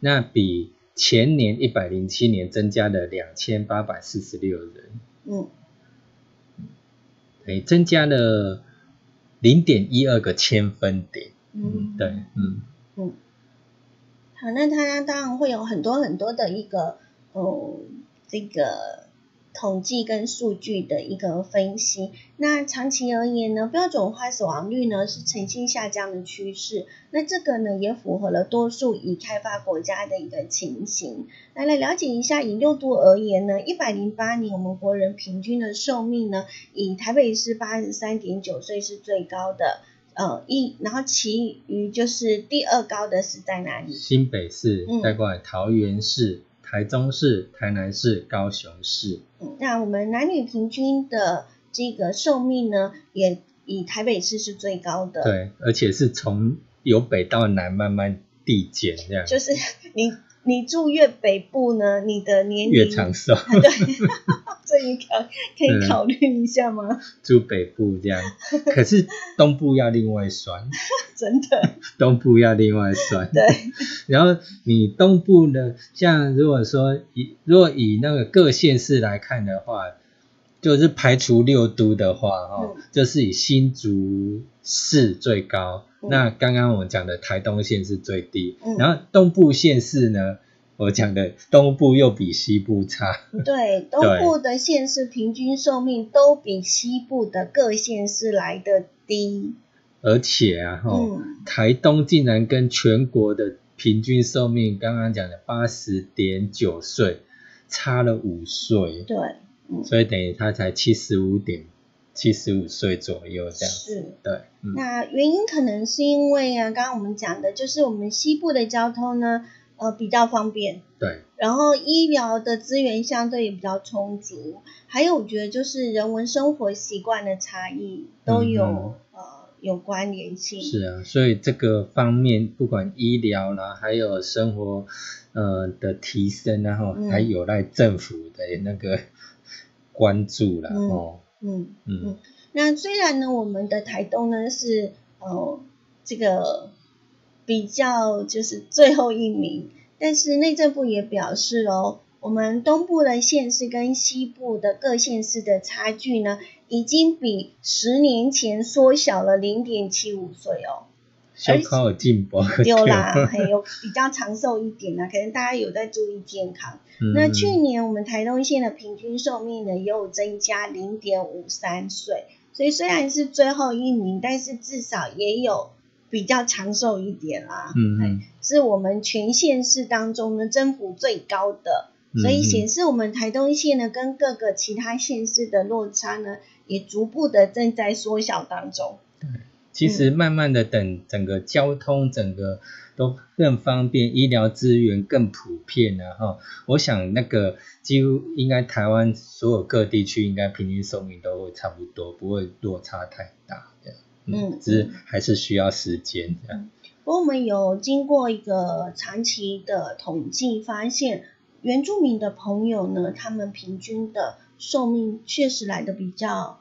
Speaker 2: 那比前年一百零七年增加了两千八百四十六人，
Speaker 3: 嗯，
Speaker 2: 哎，增加了零点一二个千分点。
Speaker 3: 嗯
Speaker 2: 对，嗯
Speaker 3: 好，那它当然会有很多很多的一个，呃，这个统计跟数据的一个分析。那长期而言呢，标准化死亡率呢是呈现下降的趋势。那这个呢也符合了多数已开发国家的一个情形。那来了解一下，以六度而言呢，一百零八年我们国人平均的寿命呢，以台北市八十三点九岁是最高的。呃，一，然后其余就是第二高的是在哪里？
Speaker 2: 新北市
Speaker 3: 嗯，
Speaker 2: 再过来桃园市、台中市、台南市、高雄市。
Speaker 3: 嗯那我们男女平均的这个寿命呢，也以台北市是最高的。，
Speaker 2: 对，而且是从由北到南慢慢递减这样，
Speaker 3: 就是 <laughs> 你你住越北部呢，你的年龄
Speaker 2: 越长寿，
Speaker 3: 对，这一条可以
Speaker 2: 嗯
Speaker 3: 考虑一下吗？
Speaker 2: 住北部这样。可是东部要另外算，
Speaker 3: 真的，
Speaker 2: 东部要另外算。
Speaker 3: 对，
Speaker 2: <laughs> 然后你东部呢，像如果说以如果以那个各县市来看的话，就是排除六都的话，哦，
Speaker 3: 嗯
Speaker 2: 就是以新竹市最高，
Speaker 3: 嗯
Speaker 2: 那刚刚我们讲的台东县是最低，
Speaker 3: 嗯
Speaker 2: 然后东部县市呢，我讲的东部又比西部差，
Speaker 3: 对，东部的县市平均寿命都比西部的各县市来的低。
Speaker 2: 而且啊，哈、
Speaker 3: 嗯
Speaker 2: 台东竟然跟全国的平均寿命，刚刚讲的八十点九岁，差了五岁，
Speaker 3: 对，
Speaker 2: 所以等于他才七十五点七十五岁左右这样子。
Speaker 3: 是。
Speaker 2: 对，嗯
Speaker 3: 那原因可能是因为啊，刚刚我们讲的就是我们西部的交通呢，呃，比较方便，
Speaker 2: 对，
Speaker 3: 然后医疗的资源相对也比较充足，还有我觉得就是人文生活习惯的差异都有、
Speaker 2: 嗯
Speaker 3: 呃有关联性。
Speaker 2: 是啊，所以这个方面，不管医疗啦，还有生活呃的提升啊，然后
Speaker 3: 嗯
Speaker 2: 还有赖政府的那个关注啦，
Speaker 3: 嗯
Speaker 2: 哦，
Speaker 3: 嗯，
Speaker 2: 嗯
Speaker 3: 那虽然呢，我们的台东呢是呃这个比较就是最后一名，但是内政部也表示哦，我们东部的县市跟西部的各县市的差距呢，已经比十年前缩小了零点七五岁哦。
Speaker 2: 小考有进步，<laughs>
Speaker 3: 丢啦，还有比较长寿一点啦，可能大家有在注意健康。
Speaker 2: 嗯，
Speaker 3: 那去年我们台东县的平均寿命呢，也有增加零点五三岁，所以虽然是最后一名，但是至少也有比较长寿一点啦，
Speaker 2: 嗯嗯。
Speaker 3: 是我们全县市当中呢增幅最高的，
Speaker 2: 嗯
Speaker 3: 所以显示我们台东县呢跟各个其他县市的落差呢，也逐步的正在缩小当中。
Speaker 2: 其实
Speaker 3: 嗯
Speaker 2: 慢慢的等整个交通整个都更方便，医疗资源更普遍了、哈。我想那个几乎应该台湾所有各地区应该平均寿命都会差不多，不会落差太大这样。
Speaker 3: 嗯
Speaker 2: 只是还是需要时间这样。
Speaker 3: 不过我们有经过一个长期的统计，发现原住民的朋友呢，他们平均的寿命确实来的比较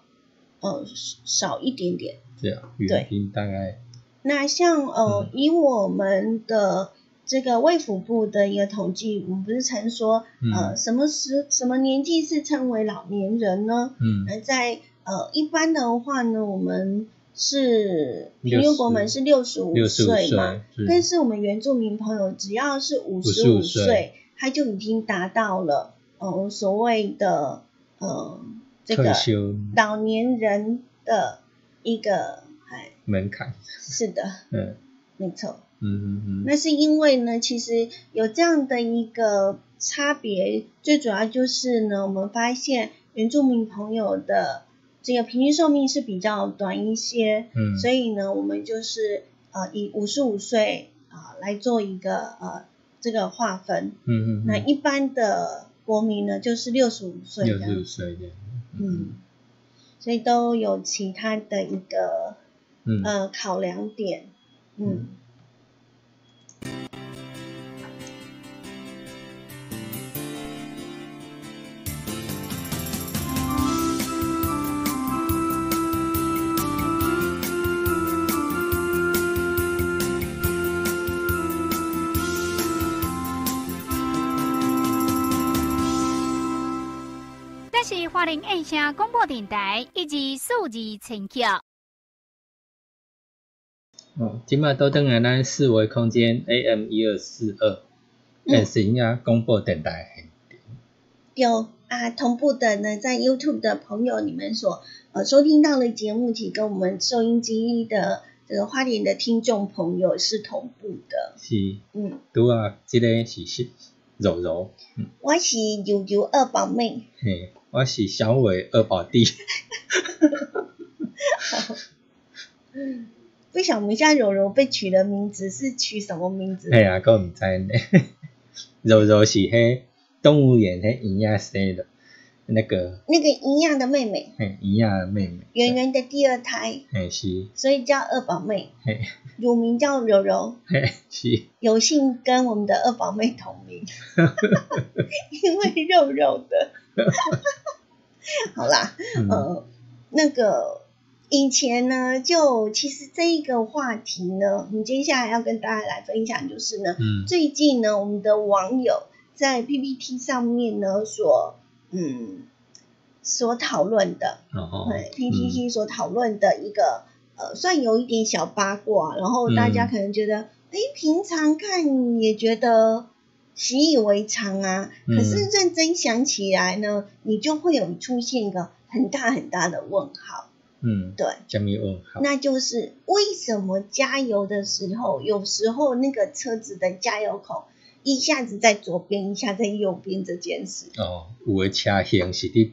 Speaker 3: 呃少一点点。
Speaker 2: 这样，原因大概
Speaker 3: 那像呃
Speaker 2: 嗯，
Speaker 3: 以我们的这个卫福部的一个统计，我们不是曾说呃
Speaker 2: 嗯
Speaker 3: 什么时什么年纪是称为老年人呢？
Speaker 2: 嗯
Speaker 3: 而在呃一般的话呢，我们是平均
Speaker 2: 60
Speaker 3: 国门是六十五
Speaker 2: 六十五岁
Speaker 3: 嘛，
Speaker 2: 是
Speaker 3: 但是我们原住民朋友只要是五十嗯五
Speaker 2: 55
Speaker 3: 岁
Speaker 2: 岁，
Speaker 3: 他就已经达到了呃所谓的呃这
Speaker 2: 退
Speaker 3: 个
Speaker 2: 休
Speaker 3: 老年人的一个哎
Speaker 2: 门槛。
Speaker 3: 是的
Speaker 2: 嗯
Speaker 3: 没错。
Speaker 2: 嗯嗯嗯，
Speaker 3: 那是因为呢，其实有这样的一个差别，最主要就是呢，我们发现原住民朋友的这个平均寿命是比较短一些，
Speaker 2: 嗯
Speaker 3: 所以呢，我们就是呃以五十五岁啊、来做一个呃这个划分。
Speaker 2: 嗯嗯，
Speaker 3: 那一般的国民呢，就是六十五岁这
Speaker 2: 六十
Speaker 3: 样
Speaker 2: 五，岁的，
Speaker 3: 嗯，所以都有其他的一个
Speaker 2: 嗯
Speaker 3: 呃考量点，嗯
Speaker 1: 这是花莲印象广播电台以及数字陈桥。
Speaker 2: 哦，今麦都登来咱四维空间 AM 一二四二，
Speaker 3: 嗯
Speaker 2: 诶，是影广播电台，
Speaker 3: 有啊，同步的呢，在 YouTube 的朋友，你们所呃收听到的节目，其实跟我们收音机的这个花莲的听众朋友是同步的。
Speaker 2: 是
Speaker 3: 嗯，
Speaker 2: 拄啊，即个是是柔柔，嗯，
Speaker 3: 我是悠悠二宝妹，
Speaker 2: 嘿，我是小伟二宝弟， <laughs>
Speaker 3: 不晓得我们家柔柔被取的名字是取什么名字？
Speaker 2: 嘿啊，佫毋知呢， <laughs> 柔柔是迄动物园迄营养生的，那个
Speaker 3: 那个营养的妹妹，
Speaker 2: 嘿营养的妹妹，
Speaker 3: 圆圆的第二胎，
Speaker 2: 嘿是，
Speaker 3: 所以叫二宝妹，
Speaker 2: 嘿
Speaker 3: 乳名叫柔柔，
Speaker 2: 嘿是，
Speaker 3: 有幸跟我们的二宝妹同
Speaker 2: <laughs>
Speaker 3: 名，因为肉肉的。 <laughs> 好啦，
Speaker 2: 嗯
Speaker 3: 呃，那个以前呢，就其实这一个话题呢，我们接下来要跟大家来分享，就是呢，
Speaker 2: 嗯
Speaker 3: 最近呢，我们的网友在 PPT 上面呢，所嗯所讨论的，
Speaker 2: 哦
Speaker 3: 对 PPT 所讨论的一个、呃，算有一点小八卦，然后大家
Speaker 2: 嗯
Speaker 3: 可能觉得，诶，平常看也觉得习以为常啊，可是
Speaker 2: 嗯
Speaker 3: 认真想起来呢，你就会有出现一个很大很大的问号，
Speaker 2: 嗯，
Speaker 3: 对，
Speaker 2: 加密问号，
Speaker 3: 那就是为什么加油的时候，有时候那个车子的加油口一下子在左边，一下在右边这件事，
Speaker 2: 哦，有诶车型是伫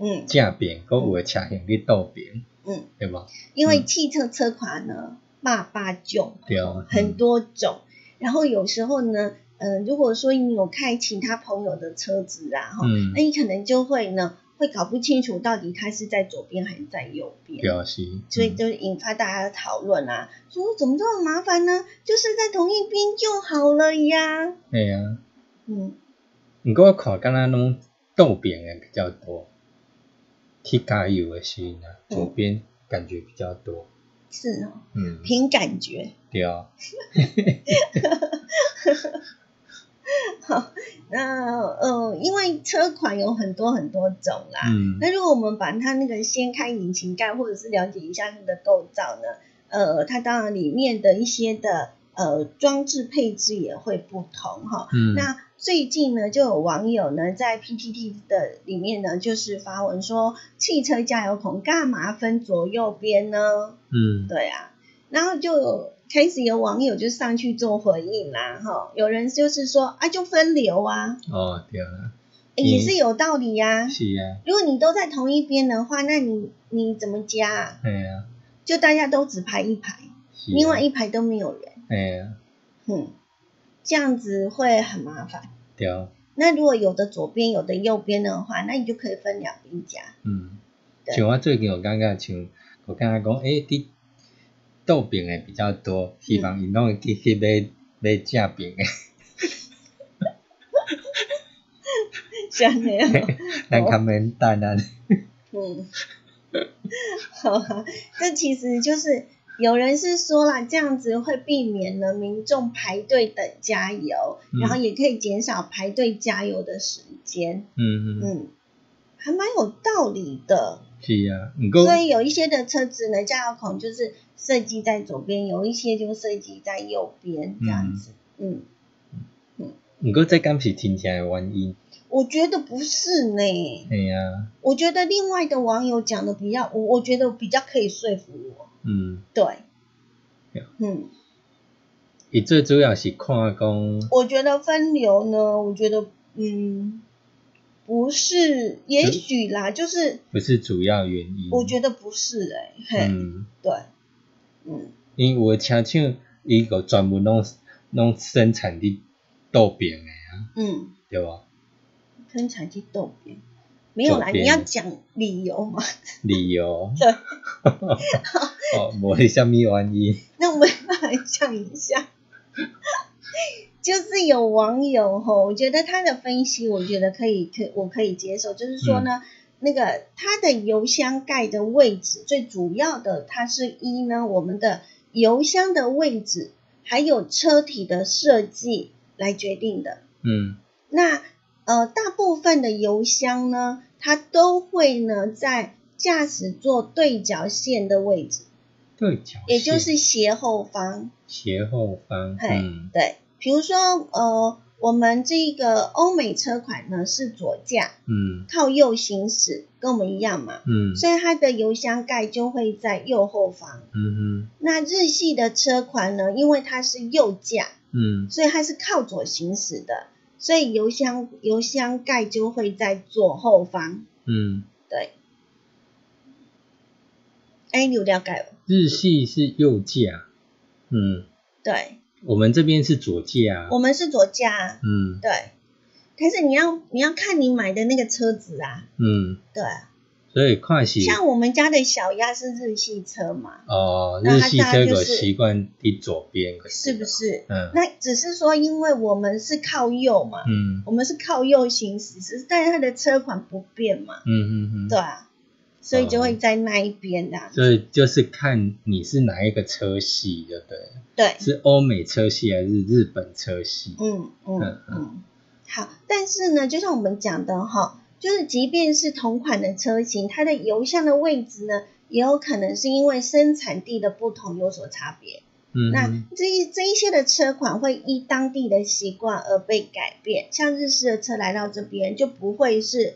Speaker 3: 嗯，
Speaker 2: 正边，佮有诶车型伫倒边，
Speaker 3: 嗯，
Speaker 2: 对无？
Speaker 3: 因为
Speaker 2: 嗯
Speaker 3: 汽车车款呢，爸爸囧，
Speaker 2: 对啊，
Speaker 3: 哦很多种。然后有时候呢，呃，如果说你有开其他朋友的车子啊，哈、
Speaker 2: 嗯
Speaker 3: 那，你可能就会呢，会搞不清楚到底他是在左边还是在右边。
Speaker 2: 对啊是，嗯
Speaker 3: 所以就引发大家的讨论啊，说怎么这么麻烦呢？就是在同一边就好了呀。
Speaker 2: 嘿啊，
Speaker 3: 嗯，
Speaker 2: 毋过我看敢若拢倒边诶比较多，去加油诶时阵啊，
Speaker 3: 嗯
Speaker 2: 左边感觉比较多，
Speaker 3: 是哦，
Speaker 2: 嗯，
Speaker 3: 凭感觉。
Speaker 2: 对啊，
Speaker 3: 那呃，因为车款有很多很多种啊啦，
Speaker 2: 嗯，
Speaker 3: 那如果我们把它那个掀开引擎盖，或者是了解一下它的构造呢？呃，它当然里面的一些的呃装置配置也会不同哈。
Speaker 2: 嗯，
Speaker 3: 那最近呢，就有网友呢在 PTT 的里面呢，就是发文说，汽车加油孔干嘛分左右边呢？
Speaker 2: 嗯，
Speaker 3: 对啊，然后就有开始有网友就上去做回应啦，哈，有人就是说啊，就分流啊，
Speaker 2: 哦，对啊，
Speaker 3: 诶也是有道理呀、
Speaker 2: 是啊，
Speaker 3: 如果你都在同一边的话，那你你怎么加、啊？
Speaker 2: 嘿啊，
Speaker 3: 就大家都只排一排，
Speaker 2: 是啊，
Speaker 3: 另外一排都没有人，
Speaker 2: 嘿啊，
Speaker 3: 嗯，这样子会很麻烦。
Speaker 2: 对啊，
Speaker 3: 那如果有的左边有的右边的话，那你就可以分两边加。 <laughs>
Speaker 2: 嗯，
Speaker 3: 对
Speaker 2: 像我最近有感觉像，我感觉讲，诶、你倒边诶比较多，希望伊拢会去去买买正边诶，
Speaker 3: 哦这样没有，
Speaker 2: <laughs> 咱较免等啊。
Speaker 3: 嗯，好啊，这其实就是有人是说啦，这样子会避免了民众排队等加油，
Speaker 2: 嗯
Speaker 3: 然后也可以减少排队加油的时间。
Speaker 2: 嗯嗯，
Speaker 3: 嗯，还蛮有道理的。
Speaker 2: 是啊，毋过
Speaker 3: 所以有一些的车子呢，加油孔就是设计在左边，有一些就设计在右边这样子。嗯，
Speaker 2: 毋过这敢是真正诶原因，
Speaker 3: 我觉得不是呢，
Speaker 2: 嘿啊，
Speaker 3: 我觉得另外的网友讲的比较，我我觉得比较可以说服我。
Speaker 2: 嗯，
Speaker 3: 对
Speaker 2: 对，
Speaker 3: 嗯，
Speaker 2: 伊最主要是看讲，
Speaker 3: 我觉得分流呢，我觉得嗯，不是，也许啦，就是
Speaker 2: 不是主要原因。
Speaker 3: 我觉得不是哎、嘿，
Speaker 2: 嗯，
Speaker 3: 对，嗯，
Speaker 2: 因为有的车厂伊个专门拢拢生产伫豆饼诶，
Speaker 3: 嗯，
Speaker 2: 啊对无？
Speaker 3: 生产去逗编，没有啦，
Speaker 2: 逗编
Speaker 3: 你要讲理由嘛。
Speaker 2: 理由
Speaker 3: 对，
Speaker 2: <laughs> 哦，无是啥物原因，
Speaker 3: 那我们来讲一下，就是有网友吼，我觉得他的分析，我觉得可以，可我可以接受，就是说呢。那个它的邮箱盖的位置，最主要的它是一呢，我们的邮箱的位置，还有车体的设计来决定的。
Speaker 2: 嗯
Speaker 3: 那呃，大部分的油箱呢，它都会呢在驾驶座对角线的位置，
Speaker 2: 对角线，
Speaker 3: 也就是斜后方。
Speaker 2: 斜后方，
Speaker 3: 嘿，
Speaker 2: 嗯
Speaker 3: 对，比如说呃，我们这个欧美车款呢是左驾，
Speaker 2: 嗯
Speaker 3: 靠右行驶，跟我们一样嘛，
Speaker 2: 嗯
Speaker 3: 所以它的油箱盖就会在右后方。
Speaker 2: 嗯
Speaker 3: 那日系的车款呢，因为它是右驾，
Speaker 2: 嗯嗯
Speaker 3: 所以它是靠左行驶的，所以油箱油箱盖就会在左后方。
Speaker 2: 嗯，
Speaker 3: 对，哎，你有了解吗？
Speaker 2: 日系是右驾，嗯，
Speaker 3: 对，
Speaker 2: 我们这边是左驾，
Speaker 3: 我们是左驾啊，
Speaker 2: 嗯
Speaker 3: 对。但是你要你要看你买的那个车子啊，
Speaker 2: 嗯，
Speaker 3: 对，
Speaker 2: 所以看是
Speaker 3: 像我们家的小鸭是日系车嘛，
Speaker 2: 哦，
Speaker 3: 那
Speaker 2: 日
Speaker 3: 它
Speaker 2: 系
Speaker 3: 大概
Speaker 2: 车
Speaker 3: 就
Speaker 2: 个
Speaker 3: 是
Speaker 2: 习惯伫左边，
Speaker 3: 是不？是？
Speaker 2: 嗯
Speaker 3: 那只是说，因为我们是靠右嘛，
Speaker 2: 嗯
Speaker 3: 我们是靠右行驶，只是但是它的车款不变嘛，
Speaker 2: 嗯嗯嗯，
Speaker 3: 对啊，所以就会在那一边啊的、
Speaker 2: 所以嗯就是看你是哪一个车系，对不对？
Speaker 3: 对，
Speaker 2: 是欧美车系还是日本车系？
Speaker 3: 嗯嗯
Speaker 2: 嗯
Speaker 3: 嗯，好，但是呢，就像我们讲的哈，就是即便是同款的车型，它的油箱的位置呢，也有可能是因为生产地的不同有所差别。
Speaker 2: 嗯
Speaker 3: 那
Speaker 2: 嗯
Speaker 3: 这一这一些的车款会依当地的习惯而被改变，像日式的车来到这边就不会是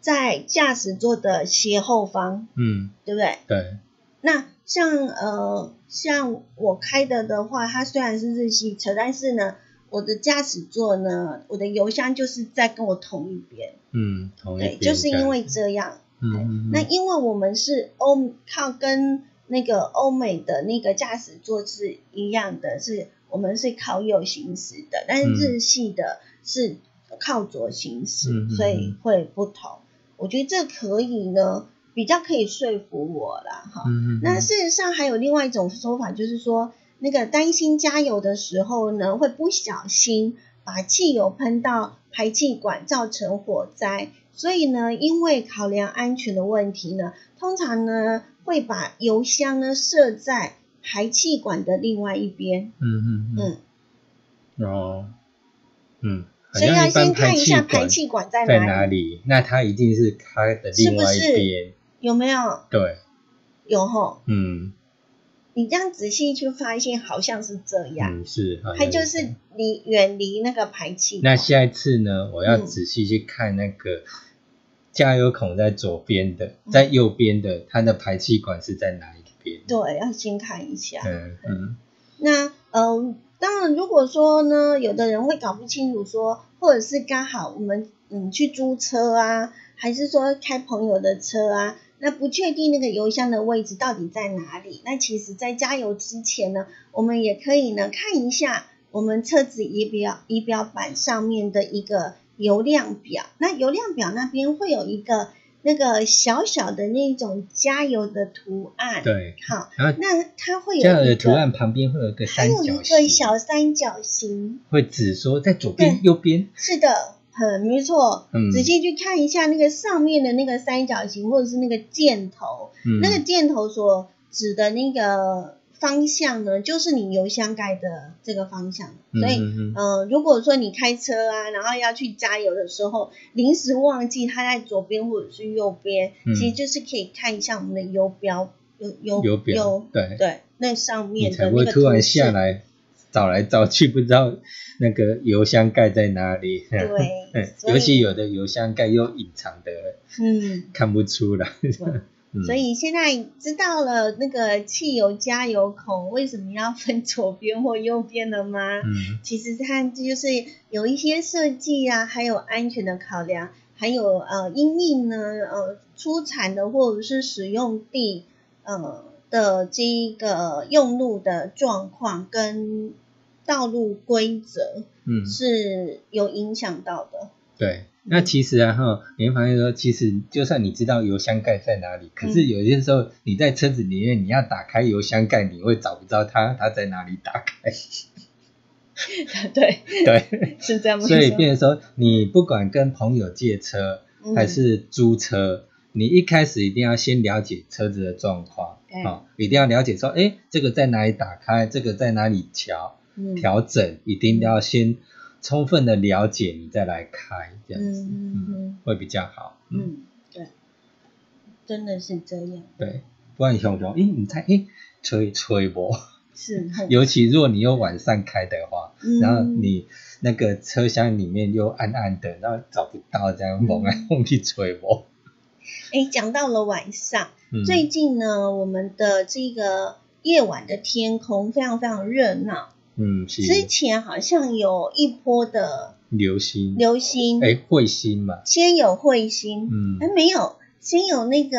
Speaker 3: 在驾驶座的斜后方，
Speaker 2: 嗯，
Speaker 3: 对不对？
Speaker 2: 对，
Speaker 3: 那像呃，像我开的的话，它虽然是日系车，但是呢，我的驾驶座呢，我的油箱就是在跟我同一边，
Speaker 2: 嗯，同一
Speaker 3: 对，
Speaker 2: 边
Speaker 3: 就是因
Speaker 2: 这样
Speaker 3: 为这样。
Speaker 2: 嗯嗯
Speaker 3: 那因为我们是欧靠跟那个欧美的那个驾驶座是一样的，是我们是靠右行驶的，但是
Speaker 2: 嗯
Speaker 3: 日系的是靠左行驶，
Speaker 2: 嗯嗯
Speaker 3: 所以会不同。我觉得这可以呢，比较可以说服我啦，哈。
Speaker 2: 嗯嗯，
Speaker 3: 那事实上还有另外一种说法，就是说那个担心加油的时候呢，会不小心把汽油喷到排气管，造成火灾。所以呢，因为考量安全的问题呢，通常呢会把油箱呢设在排气管的另外一边。
Speaker 2: 嗯嗯
Speaker 3: 嗯，
Speaker 2: 嗯，哦，嗯，好
Speaker 3: 所以
Speaker 2: 像
Speaker 3: 要
Speaker 2: 一般
Speaker 3: 先看一下排
Speaker 2: 管
Speaker 3: 气管在
Speaker 2: 在
Speaker 3: 哪
Speaker 2: 哪里，那它一定是开的另外一
Speaker 3: 是不是
Speaker 2: 边，
Speaker 3: 有没有？
Speaker 2: 对，
Speaker 3: 有吼，
Speaker 2: 嗯
Speaker 3: 你这样仔细去发现，好像是这样。
Speaker 2: 嗯是，好像
Speaker 3: 它就是离远离那个排气
Speaker 2: 那
Speaker 3: 管。
Speaker 2: 下一次呢，我要
Speaker 3: 嗯
Speaker 2: 仔细去看那个加油孔在左边的，
Speaker 3: 嗯
Speaker 2: 在右边的，它的排气管是在哪一边？
Speaker 3: 对，啊要先看一下。
Speaker 2: 嗯嗯
Speaker 3: 那呃，当然，如果说呢，有的人会搞不清楚说，或者是刚好我们嗯去租车啊，还是说开朋友的车啊，那不确定那个油箱的位置到底在哪里。那其实，在加油之前呢，我们也可以呢看一下我们车子仪表仪表板上面的一个油量表。那油量表那边会有一个那个小小的那种加油的图案，，
Speaker 2: 对，
Speaker 3: 好，
Speaker 2: 然后
Speaker 3: 那它会有
Speaker 2: 这样
Speaker 3: 一
Speaker 2: 的
Speaker 3: 个
Speaker 2: 图案旁边会有一个
Speaker 3: 还
Speaker 2: 三
Speaker 3: 有一
Speaker 2: 角
Speaker 3: 个
Speaker 2: 形，
Speaker 3: 小三角形，
Speaker 2: 会指说在左边
Speaker 3: 对、
Speaker 2: 右边。
Speaker 3: 是的，很没错。
Speaker 2: 嗯
Speaker 3: 仔细去看一下那个上面的那个三角形，或者是那个箭头，
Speaker 2: 嗯，
Speaker 3: 那个箭头所指的那个方向呢，就是你油箱盖的这个方向。所以，
Speaker 2: 嗯嗯嗯
Speaker 3: 呃，如果说你开车啊，然后要去加油的时候，临时忘记它在左边或者是右边，
Speaker 2: 嗯
Speaker 3: 其实就是可以看一下我们的油标，油油
Speaker 2: 油表对，
Speaker 3: 对，那上
Speaker 2: 你
Speaker 3: 面的
Speaker 2: 才
Speaker 3: 那
Speaker 2: 不会
Speaker 3: 个
Speaker 2: 突然
Speaker 3: 图
Speaker 2: 下
Speaker 3: 示
Speaker 2: 来找来找去，不知道那个油箱盖在哪里。 <laughs>
Speaker 3: 对
Speaker 2: 嗯，
Speaker 3: 所以
Speaker 2: 尤其有的油箱盖又隐藏的
Speaker 3: 嗯，
Speaker 2: 看不出来。
Speaker 3: 对
Speaker 2: <laughs> 嗯
Speaker 3: 所以现在知道了那个汽油加油孔为什么要分左边或右边了吗？
Speaker 2: 嗯
Speaker 3: 其实它就是有一些设计啊，还有安全的考量，还有呃，因应呢呃出产的或者是使用地呃的这一个呃用路的状况跟道路规则
Speaker 2: 嗯，
Speaker 3: 是有影响到的。
Speaker 2: 对。那其实啊哈，你会发现说，其实就算你知道油箱盖在哪里，可
Speaker 3: 嗯
Speaker 2: 是有些时候你在车子里面，你要打开油箱盖，你会找不到它，它在哪里打开。
Speaker 3: <laughs> 对，
Speaker 2: 对，
Speaker 3: <laughs> 是这样没
Speaker 2: <laughs> 所以
Speaker 3: 错
Speaker 2: 变成说，你不管跟朋友借车
Speaker 3: 嗯
Speaker 2: 还是租车，你一开始一定要先了解车子的状况，
Speaker 3: 对
Speaker 2: 哦，一定要了解说，哎，这个在哪里打开，这个在哪里调
Speaker 3: 嗯
Speaker 2: 调整，一定要先充分的了解，你再来开，这样子，
Speaker 3: 嗯嗯
Speaker 2: 会比较好，
Speaker 3: 嗯，嗯，对，真的是这样，
Speaker 2: 对，不然熊熊，哎，你猜，哎，吹吹不？
Speaker 3: 是
Speaker 2: <laughs>
Speaker 3: 很
Speaker 2: 尤其如果你又晚上开的话，嗯
Speaker 3: 嗯
Speaker 2: 然后你那个车厢里面又暗暗的，然后找不到，这样猛
Speaker 3: 嗯
Speaker 2: 来 <laughs> 猛去吹我。
Speaker 3: 哎，讲到了晚上。
Speaker 2: 嗯
Speaker 3: 最近呢，我们的这个夜晚的天空非常非常热闹。
Speaker 2: 嗯是
Speaker 3: 之前好像有一波的
Speaker 2: 流星，
Speaker 3: 流星，
Speaker 2: 哎彗星嘛，
Speaker 3: 先有彗星，
Speaker 2: 嗯
Speaker 3: 哎、，没有，先有那个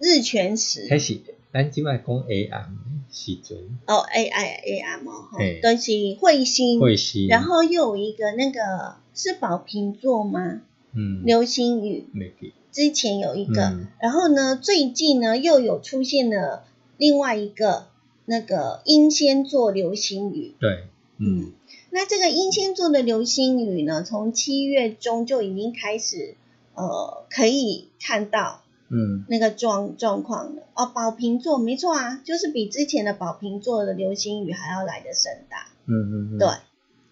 Speaker 3: 日全
Speaker 2: 开
Speaker 3: 食。
Speaker 2: 始咱即摆讲 A M 时阵
Speaker 3: 哦，A I A M 哦，哈
Speaker 2: 嘿
Speaker 3: 都是彗星。
Speaker 2: 彗星，
Speaker 3: 然后又有一个那个是宝瓶座吗？
Speaker 2: 嗯
Speaker 3: 流星雨
Speaker 2: 那个
Speaker 3: 之前有一个，
Speaker 2: 嗯
Speaker 3: 然后呢，最近呢又有出现了另外一个那个英仙座流星雨。
Speaker 2: 对，嗯
Speaker 3: 那这个英仙座的流星雨呢，从七月中就已经开始，呃，可以看到
Speaker 2: 嗯
Speaker 3: 那个状状况了。哦，宝瓶座没错啊，就是比之前的宝瓶座的流星雨还要来的盛大。
Speaker 2: 嗯嗯，嗯
Speaker 3: 对，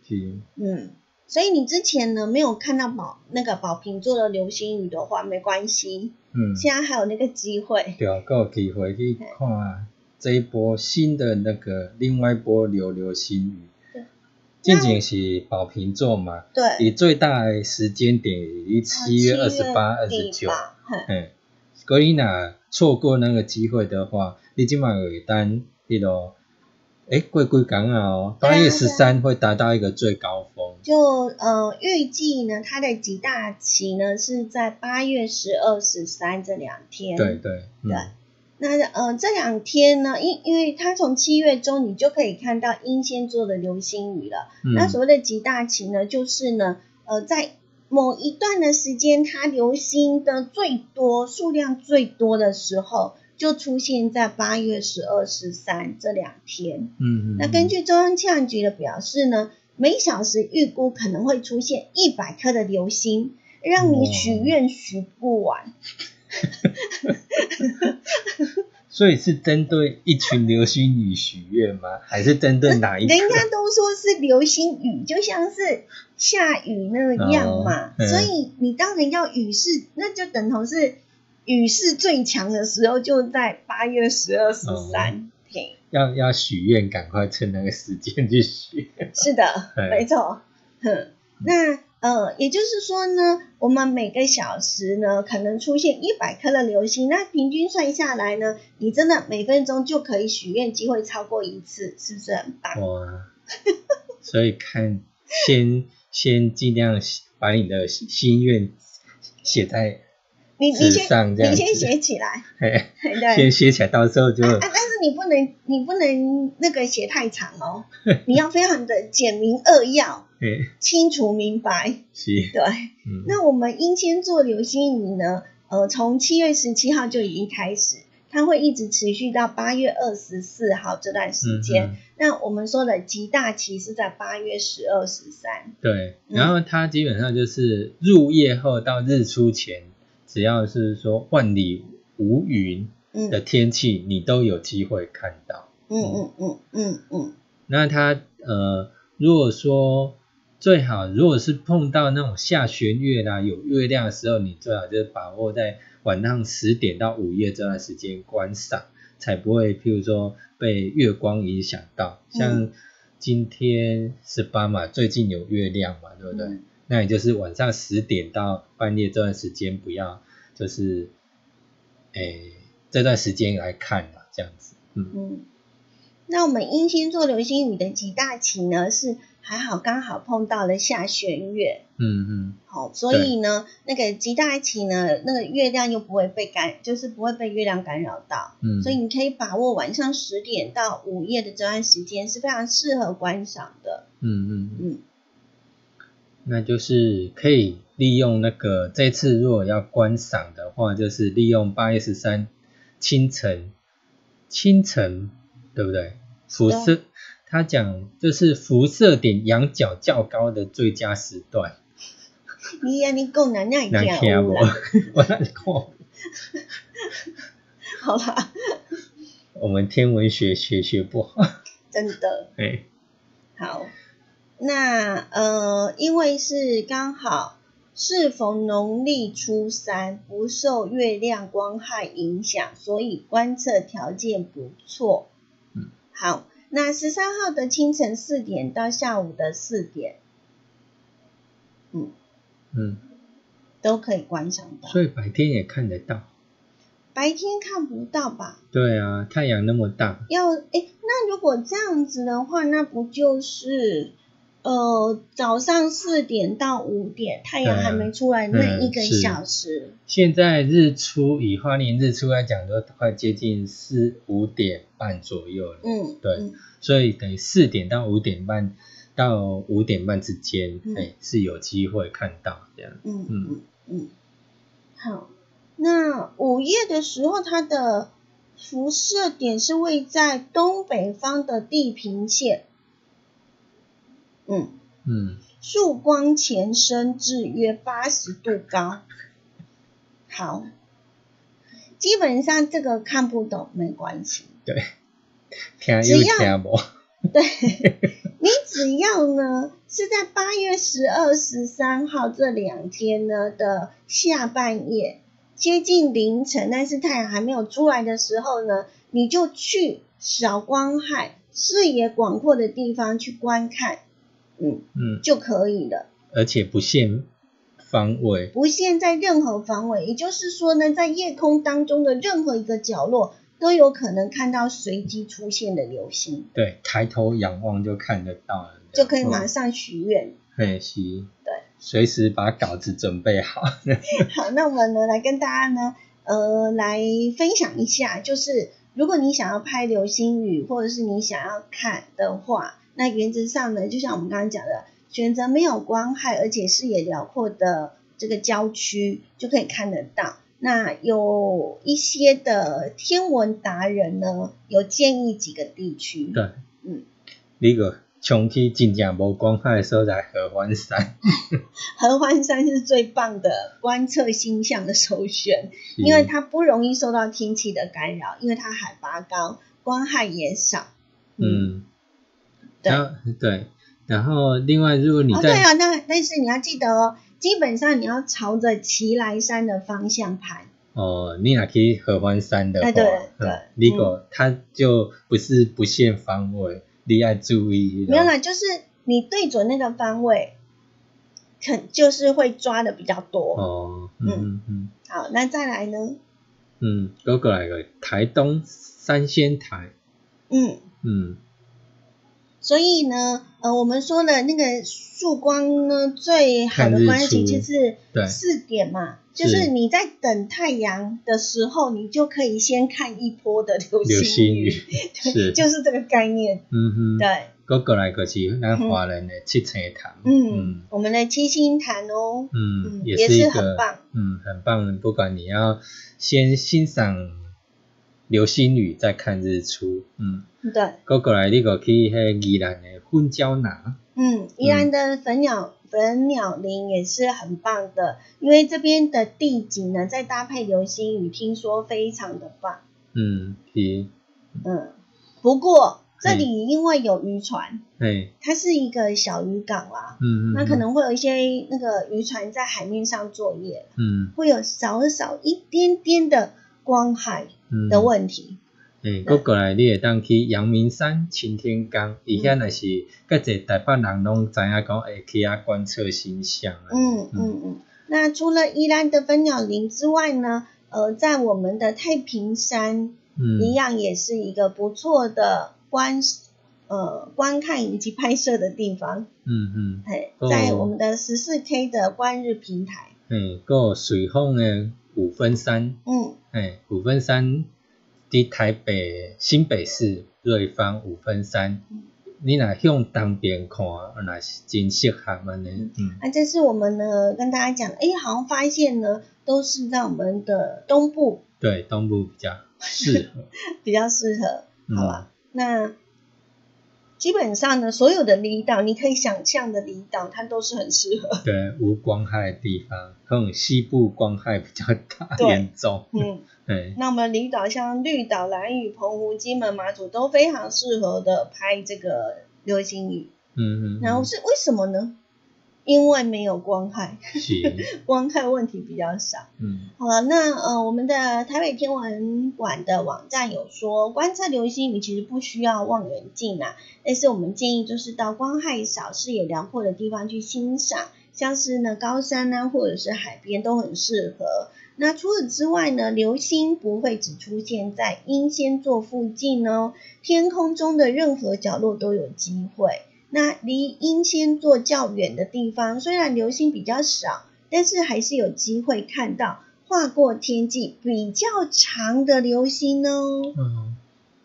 Speaker 2: 是，
Speaker 3: 嗯，所以你之前呢没有看到宝那个宝瓶座的流星雨的话，没关系，
Speaker 2: 嗯，
Speaker 3: 现在还有那个机会。
Speaker 2: 对啊，还有机会去看这一波新的那个另外一波流流星雨
Speaker 3: 对。
Speaker 2: 之前是宝瓶座嘛，
Speaker 3: 对，
Speaker 2: 以最大的时间点于七月二十八、二十
Speaker 3: 啊底
Speaker 2: 九，
Speaker 3: 吧嘿
Speaker 2: 嗯，所以呐，错过那个机会的话，你今晚有单迄个，诶，过几天啊哦，
Speaker 3: 对啊
Speaker 2: 八月十三会达到一个最高峰，
Speaker 3: 就呃，预计呢，它的极大期呢是在八月十二、十三这两天。
Speaker 2: 对。对
Speaker 3: 对啊
Speaker 2: 嗯
Speaker 3: 那呃，这两天呢，因因为它从七月中你就可以看到英仙座的流星雨了。那
Speaker 2: 嗯
Speaker 3: 所谓的极大期呢，就是呢，呃，在某一段的时间，它流星的最多数量最多的时候，就出现在八月十二、十三这两天。
Speaker 2: 嗯，嗯
Speaker 3: 那根据中央气象局的表示呢，每小时预估可能会出现一百颗的流星，让你许愿许不完。
Speaker 2: 所以是针对一群流星雨许愿吗？还是针对哪一
Speaker 3: 人
Speaker 2: 个？
Speaker 3: 家都说是流星雨，就像是下雨那样嘛
Speaker 2: 哦，嗯
Speaker 3: 所以你当然要雨势，那就等同是雨势最强的时候，就在八月十二、十
Speaker 2: 哦
Speaker 3: 三。嘿，
Speaker 2: 要要许愿，赶快趁那个时间去许。
Speaker 3: 是的
Speaker 2: 哎，
Speaker 3: 没错。哼，那呃，也就是说呢，我们每个小时呢，可能出现一百颗的流星，那平均算下来呢，你真的每分钟就可以许愿机会超过一次，是不是很
Speaker 2: <laughs>
Speaker 3: 棒？
Speaker 2: 哇，所以看先 <laughs> 先尽量把你的心愿写在，
Speaker 3: 你你
Speaker 2: 纸
Speaker 3: 先
Speaker 2: 上这样
Speaker 3: 你
Speaker 2: 子
Speaker 3: 先写起来，
Speaker 2: <laughs> 嘿
Speaker 3: 嘿对。
Speaker 2: 先写起来，到时候
Speaker 3: <laughs>
Speaker 2: 就
Speaker 3: 啊，但是你不能，你不能那个写太长哦，你要非常的简明扼要、
Speaker 2: 嘿
Speaker 3: 清楚明白。
Speaker 2: 是，
Speaker 3: 对，
Speaker 2: 嗯
Speaker 3: 那我们英仙座流星雨呢，呃，从七月十七号就已经开始，它会一直持续到八月二十四号这段时间。
Speaker 2: 嗯嗯
Speaker 3: 那我们说的极大期是在八月十二、十三。
Speaker 2: 对，
Speaker 3: 嗯
Speaker 2: 然后它基本上就是入夜后到日出前，只要是说万里无云
Speaker 3: 嗯
Speaker 2: 的
Speaker 3: 嗯
Speaker 2: 天气，你都有机会看到。
Speaker 3: 嗯嗯嗯嗯
Speaker 2: 那它呃，如果说最好，如果是碰到那种下弦月啦、有月亮的时候，你最好就是把握在晚上十点到午夜这段时间观赏，才不会譬如说被月光影响到。像
Speaker 3: 嗯
Speaker 2: 今天十八嘛，最近有月亮嘛，对不对？
Speaker 3: 嗯
Speaker 2: 那也就是晚上十点到半夜这段时间不要就是诶这段时间来看啊，这样子，嗯，
Speaker 3: 嗯，那我们阴星座流星雨的极大期呢，是还好刚好碰到了下弦月，
Speaker 2: 嗯嗯，
Speaker 3: 好、所以呢，那个极大期呢，那个月亮又不会被干，就是不会被月亮干扰到，
Speaker 2: 嗯，
Speaker 3: 所以你可以把握晚上十点到午夜的这段时间是非常适合观赏的，
Speaker 2: 嗯嗯嗯，
Speaker 3: 嗯，
Speaker 2: 那就是可以利用那个这次如果要观赏的话，就是利用八月十三清晨，清晨对不对？辐射，他讲就是辐射点仰角较高的最佳时段，
Speaker 3: 你呀，你够难耐
Speaker 2: 难听
Speaker 3: 讲
Speaker 2: 不？
Speaker 3: 啦，
Speaker 2: 我难看。
Speaker 3: 好啦，
Speaker 2: 我们天文学学学不好，
Speaker 3: <laughs> 真的。
Speaker 2: 哎，
Speaker 3: 好，那呃，因为是刚好适逢农历初三，不受月亮光害影响，所以观测条件不错。
Speaker 2: 嗯，
Speaker 3: 好，那十三号的清晨四点到下午的四点
Speaker 2: 嗯，
Speaker 3: 都可以观赏到，
Speaker 2: 所以白天也看得到。
Speaker 3: 白天看不到吧？
Speaker 2: 对啊，太阳那么大，
Speaker 3: 要诶，那如果这样子的话，那不就是呃早上四点到五点太阳
Speaker 2: 对啊
Speaker 3: 还没出来那
Speaker 2: 嗯
Speaker 3: 一个
Speaker 2: 是
Speaker 3: 小时？
Speaker 2: 现在日出以花莲日出来讲，都快接近四五点半左右了，
Speaker 3: 嗯，
Speaker 2: 对
Speaker 3: 嗯
Speaker 2: 所以等于四点到五点半到五点半之间，哎、
Speaker 3: 嗯
Speaker 2: 是有机会看到这样。
Speaker 3: 嗯
Speaker 2: 嗯
Speaker 3: 嗯嗯，好。那午夜的时候，它的辐射点是位在东北方的地平线，嗯，
Speaker 2: 嗯，
Speaker 3: 束光前伸至约八十度高。好，基本上这个看不懂没关系，
Speaker 2: 对，听
Speaker 3: 只
Speaker 2: 又
Speaker 3: 要
Speaker 2: 听无，
Speaker 3: 对你只要呢是在八月十二、十三号这两天呢的下半夜，接近凌晨，但是太阳还没有出来的时候呢，你就去少光害、视野广阔的地方去观看，嗯，
Speaker 2: 嗯，
Speaker 3: 就可以了。
Speaker 2: 而且不限方位，
Speaker 3: 不限在任何方位，也就是说呢，在夜空当中的任何一个角落都有可能看到随机出现的流星，
Speaker 2: 对，抬头仰望就看得到了，
Speaker 3: 就可以马
Speaker 2: 嗯
Speaker 3: 上许愿。
Speaker 2: 嘿，是，对
Speaker 3: 对，
Speaker 2: 随时把稿子准备好。
Speaker 3: 好，那我们呢来跟大家呢，呃，来分享一下，就是如果你想要拍流星雨，或者是你想要看的话，那原则上呢，就像我们刚刚讲的，选择没有光害，而且视野辽阔的这个郊区就可以看得到。那有一些的天文达人呢，有建议几个地区。
Speaker 2: 对，
Speaker 3: 嗯，
Speaker 2: 你个穷去真正无光害的所在，合欢山，
Speaker 3: 合欢山是最棒的观测星象的首选。因为它不容易受到天气的干扰，因为它海拔高，光害也少。哦
Speaker 2: 嗯，
Speaker 3: 对。
Speaker 2: 然后对，然后另外如果你
Speaker 3: 哦，对
Speaker 2: 在、
Speaker 3: 啊，那但是你要记得哦，基本上你要朝着奇来山的方向拍。
Speaker 2: 哦，你若去合欢山的话，
Speaker 3: 哎对对
Speaker 2: 嗯，你个它就不是不限方位，你要注意咯。
Speaker 3: 没有啦，就是你对准那个方位，肯就是会抓的比较多。
Speaker 2: 哦，嗯嗯嗯
Speaker 3: 好，那再来呢？
Speaker 2: 嗯，过过来个台东三仙台，
Speaker 3: 嗯，
Speaker 2: 嗯
Speaker 3: 所以呢，呃，我们说的那个曙光呢，最好
Speaker 2: 看日
Speaker 3: 的关系
Speaker 2: 出
Speaker 3: 就是
Speaker 2: 对
Speaker 3: 四点嘛，就是是你在等太阳的时候，你就可以先看一波的流
Speaker 2: 流星
Speaker 3: <laughs> 雨，
Speaker 2: 雨是，
Speaker 3: 就是这个概念。
Speaker 2: 嗯哼，
Speaker 3: 对，
Speaker 2: 过过来个是咱华人的七彩堂，
Speaker 3: 嗯，我们的七星潭哦，
Speaker 2: 嗯，
Speaker 3: 嗯
Speaker 2: 也
Speaker 3: 也
Speaker 2: 是一
Speaker 3: 是
Speaker 2: 个
Speaker 3: 很棒
Speaker 2: 嗯，很棒。不管你要先欣赏流星雨，再看日出，嗯，
Speaker 3: 对，
Speaker 2: 过过来你个去迄宜兰的混胶拿，
Speaker 3: 嗯，宜兰的粉鸟粉鸟林也是很棒的，因为这边的地景呢，再搭配流星雨，听说非常的棒。
Speaker 2: 嗯，是，
Speaker 3: 嗯，不过这里因为有渔船，
Speaker 2: 嘿，
Speaker 3: 它是一个小渔港啦，
Speaker 2: 嗯嗯，
Speaker 3: 那可，能会有一些那个渔船在海面上作业，
Speaker 2: 嗯
Speaker 3: 会有少少一点点的光害
Speaker 2: 嗯
Speaker 3: 的，问题。
Speaker 2: 嘿，过过来你会当去阳明山、擎天岗，伊遐若是较侪台北人拢知影讲会去遐观测星象啊，
Speaker 3: 嗯嗯嗯嗯。那除了宜兰的粉鸟林之外呢，呃，在我们的太平山一
Speaker 2: 嗯，
Speaker 3: 样也是一个不错的观呃观看以及拍摄的地方。
Speaker 2: 嗯嗯，
Speaker 3: 嘿
Speaker 2: 哦，
Speaker 3: 在我们的十四 K 的观日平台，
Speaker 2: 嘿，还有随风的五分山，
Speaker 3: 嗯，
Speaker 2: 嘿，哎五分山伫台北新北市瑞芳五分山，你若向东边看，若是真适合安尼，嗯，
Speaker 3: 那这次我们呢跟大家讲，哎，好像发现呢都是在我们的东部
Speaker 2: 对，东部比较适合，
Speaker 3: 比较适合。
Speaker 2: 嗯
Speaker 3: <laughs> 好啊吧，那基本上呢，所有的离岛，你可以想象的离岛，它都是很适合。
Speaker 2: 嗯对，无光害的地方，可能西部光害比较大
Speaker 3: 对
Speaker 2: 严重， <laughs>
Speaker 3: 嗯，
Speaker 2: 嘿，
Speaker 3: 那我们离岛像绿岛、蓝屿、澎湖、金门、马祖都非常适合的拍这个流星雨。
Speaker 2: 嗯嗯，
Speaker 3: 然后
Speaker 2: 嗯
Speaker 3: 是为什么呢？因为没有光害，
Speaker 2: 是，
Speaker 3: 光害问题比较少。
Speaker 2: 嗯
Speaker 3: 好了，那呃，我们的台北天文馆的网站有说，观测流星雨其实不需要望远镜啊，但是我们建议就是到光害少、视野辽阔的地方去欣赏，像是呢高山啊，或者是海边都很适合。那除此之外呢，流星不会只出现在英仙座附近哦，天空中的任何角落都有机会。那离英仙座较远的地方，虽然流星比较少，但是还是有机会看到划过天际比较长的流星哦。
Speaker 2: 嗯，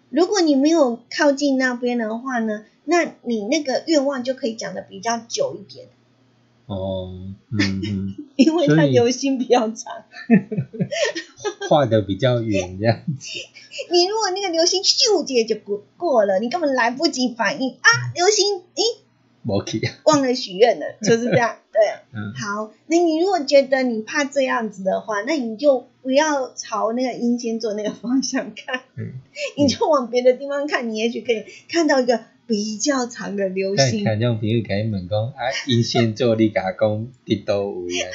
Speaker 3: 如果你没有靠近那边的话呢，那你那个愿望就可以讲的比较久一点， <laughs>
Speaker 2: 哦，嗯嗯。
Speaker 3: 因为
Speaker 2: 所
Speaker 3: 它
Speaker 2: 以
Speaker 3: 流星比较长。
Speaker 2: 画的比较远这样。 <laughs>
Speaker 3: 你如果那个流星咻直接就过过了，你根本来不及反应啊！流星，咦，
Speaker 2: 无去，
Speaker 3: 忘了许愿
Speaker 2: <laughs>
Speaker 3: 了，就是这样。对，啊
Speaker 2: 嗯
Speaker 3: 好，那你如果觉得你怕这样子的话，那你就不要朝那个阴间座那个方向看，
Speaker 2: 嗯
Speaker 3: <laughs> 你就往别的地方看，你也许可以看到一个比较长的流
Speaker 2: 但
Speaker 3: 星。
Speaker 2: 听众朋友甲伊问讲，啊，因先做你甲讲伫倒位
Speaker 3: <laughs>
Speaker 2: 啊？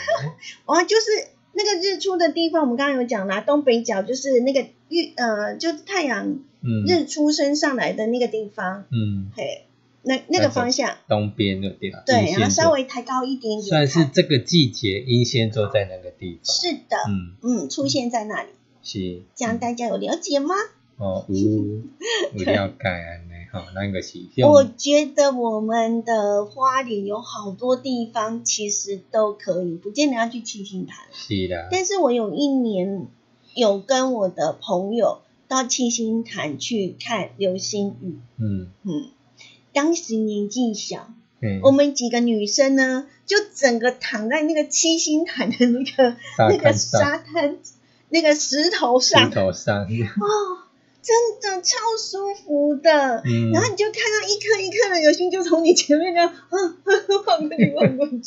Speaker 3: 哇，哦就是那个日出的地方，我们刚刚有讲啦，东北角就是那个日呃，就是太阳
Speaker 2: 嗯
Speaker 3: 日出升上来的那个地方，
Speaker 2: 嗯，
Speaker 3: 嘿，那那个方向，
Speaker 2: 东边就对了。
Speaker 3: 对，
Speaker 2: 英仙座
Speaker 3: 然后稍微抬高一点点
Speaker 2: 算
Speaker 3: 看，
Speaker 2: 是这个季节，因先做在那个地方。
Speaker 3: 是的，
Speaker 2: 嗯，
Speaker 3: 嗯，出现在那里，
Speaker 2: 是。
Speaker 3: 这样大家有了解吗？
Speaker 2: 哦，有
Speaker 3: <laughs>
Speaker 2: 有了解安尼吼，咱个是向
Speaker 3: 我觉得我们的花莲有好多地方其实都可以，不见得要去七星潭。
Speaker 2: 是啦，
Speaker 3: 但是我有一年有跟我的朋友到七星潭去看流星雨，
Speaker 2: 嗯
Speaker 3: 嗯，当时年纪小，
Speaker 2: 嗯，
Speaker 3: 我们几个女生呢，就整个躺在那个七星潭的那个
Speaker 2: 沙
Speaker 3: 那个
Speaker 2: 滩上
Speaker 3: 沙滩那个石头上
Speaker 2: 石，头
Speaker 3: <laughs>
Speaker 2: 上，
Speaker 3: 哦，真的超舒服的。
Speaker 2: 嗯，
Speaker 3: 然后你就看到一颗一颗的流星就从你前面这样，啊， <laughs> 晃过去晃过去，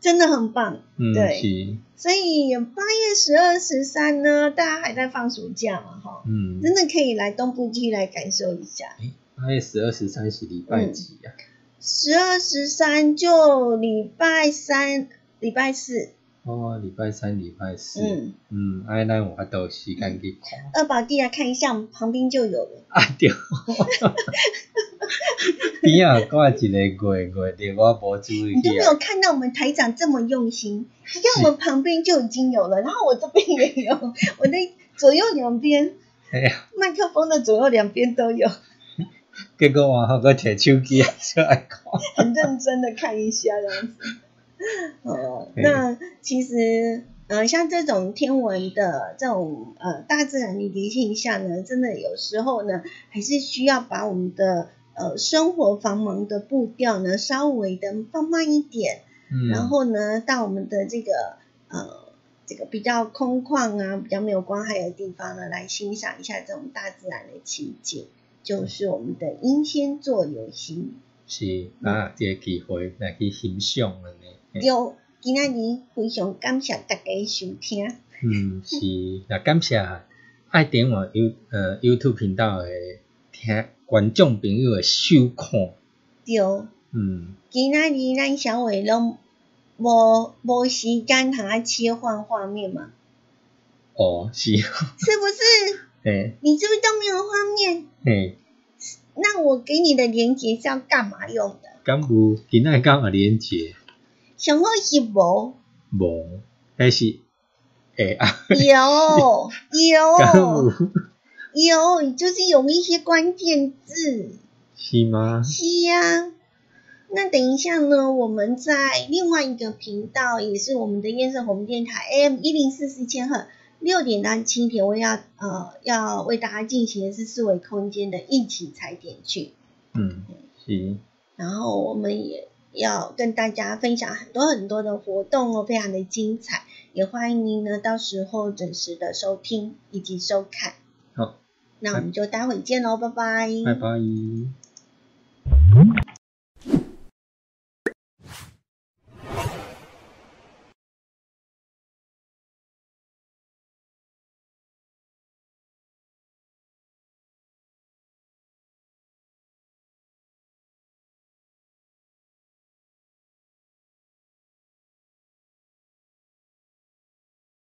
Speaker 3: 真的很棒。
Speaker 2: 嗯
Speaker 3: 对
Speaker 2: 是，
Speaker 3: 所以八月十二、十三呢，大家还在放暑假嘛，哈，
Speaker 2: 嗯，
Speaker 3: 真的可以来东部区来感受一下。
Speaker 2: 八月十二十三是礼拜几啊？
Speaker 3: 嗯十二、十三就礼拜三、礼拜四，
Speaker 2: 哦，礼拜三、礼拜四。
Speaker 3: 嗯，
Speaker 2: 嗯，啊，咱有法度时间去看。
Speaker 3: 二宝弟来看一下，我们旁边就有了。
Speaker 2: 啊对， <laughs> 边啊挂一个月月历，我无注意
Speaker 3: 你
Speaker 2: 去
Speaker 3: 都没
Speaker 2: 啊
Speaker 3: <laughs> 有。看到我们台长这么用心，
Speaker 2: <laughs>
Speaker 3: 你看我们旁边就已经有了，然后我这边也有，我的左右两边
Speaker 2: 哎呀，
Speaker 3: 麦克风的左右两边都有，
Speaker 2: 结果我好搁摕手机啊出来看。
Speaker 3: 很认真的看一下这样子。哦，
Speaker 2: 嗯
Speaker 3: 那其实呃，像这种天文的这种呃大自然的离性下呢，真的有时候呢，还是需要把我们的呃生活繁忙的步调呢，稍微的放慢一点。
Speaker 2: 嗯，
Speaker 3: 然后呢，到我们的这个呃这个比较空旷啊、比较没有光害的地方呢，来欣赏一下这种大自然的奇景，就是我们的英仙座流星。
Speaker 2: 是啊，这个机会来去欣赏安尼。
Speaker 3: 有，今天你非常感谢大家收听，
Speaker 2: 嗯，是，也感谢啊爱点我 You 呃 YouTube 频道的听观众朋友的收看。
Speaker 3: 对，
Speaker 2: 嗯，
Speaker 3: 今天你咱小伟拢无无时间通啊切换画面嘛，
Speaker 2: 哦，是，
Speaker 3: 是不是？
Speaker 2: 嘿，
Speaker 3: 你是不是都没有画面？
Speaker 2: 嘿，
Speaker 3: 那我给你的连接是要干嘛用的？
Speaker 2: 敢有今仔敢有连接？
Speaker 3: 上好是无。
Speaker 2: 无，但是会会啊，
Speaker 3: 有
Speaker 2: 敢
Speaker 3: 有
Speaker 2: 有？
Speaker 3: 有，就是有一些关键字。
Speaker 2: 是吗？
Speaker 3: 是呀、那等一下呢，我们在另外一个频道，也是我们的燕声红电台 AM 一零四四千赫，六点到七点，我要呃要为大家进行的是四维空间的一起踩点去，
Speaker 2: 嗯，是，
Speaker 3: 然后我们也要跟大家分享很多很多的活动哦，非常的精彩，也欢迎您呢到时候准时的收听以及收看。
Speaker 2: 好，
Speaker 3: 那我们就待会见喽，拜拜。
Speaker 2: 拜拜。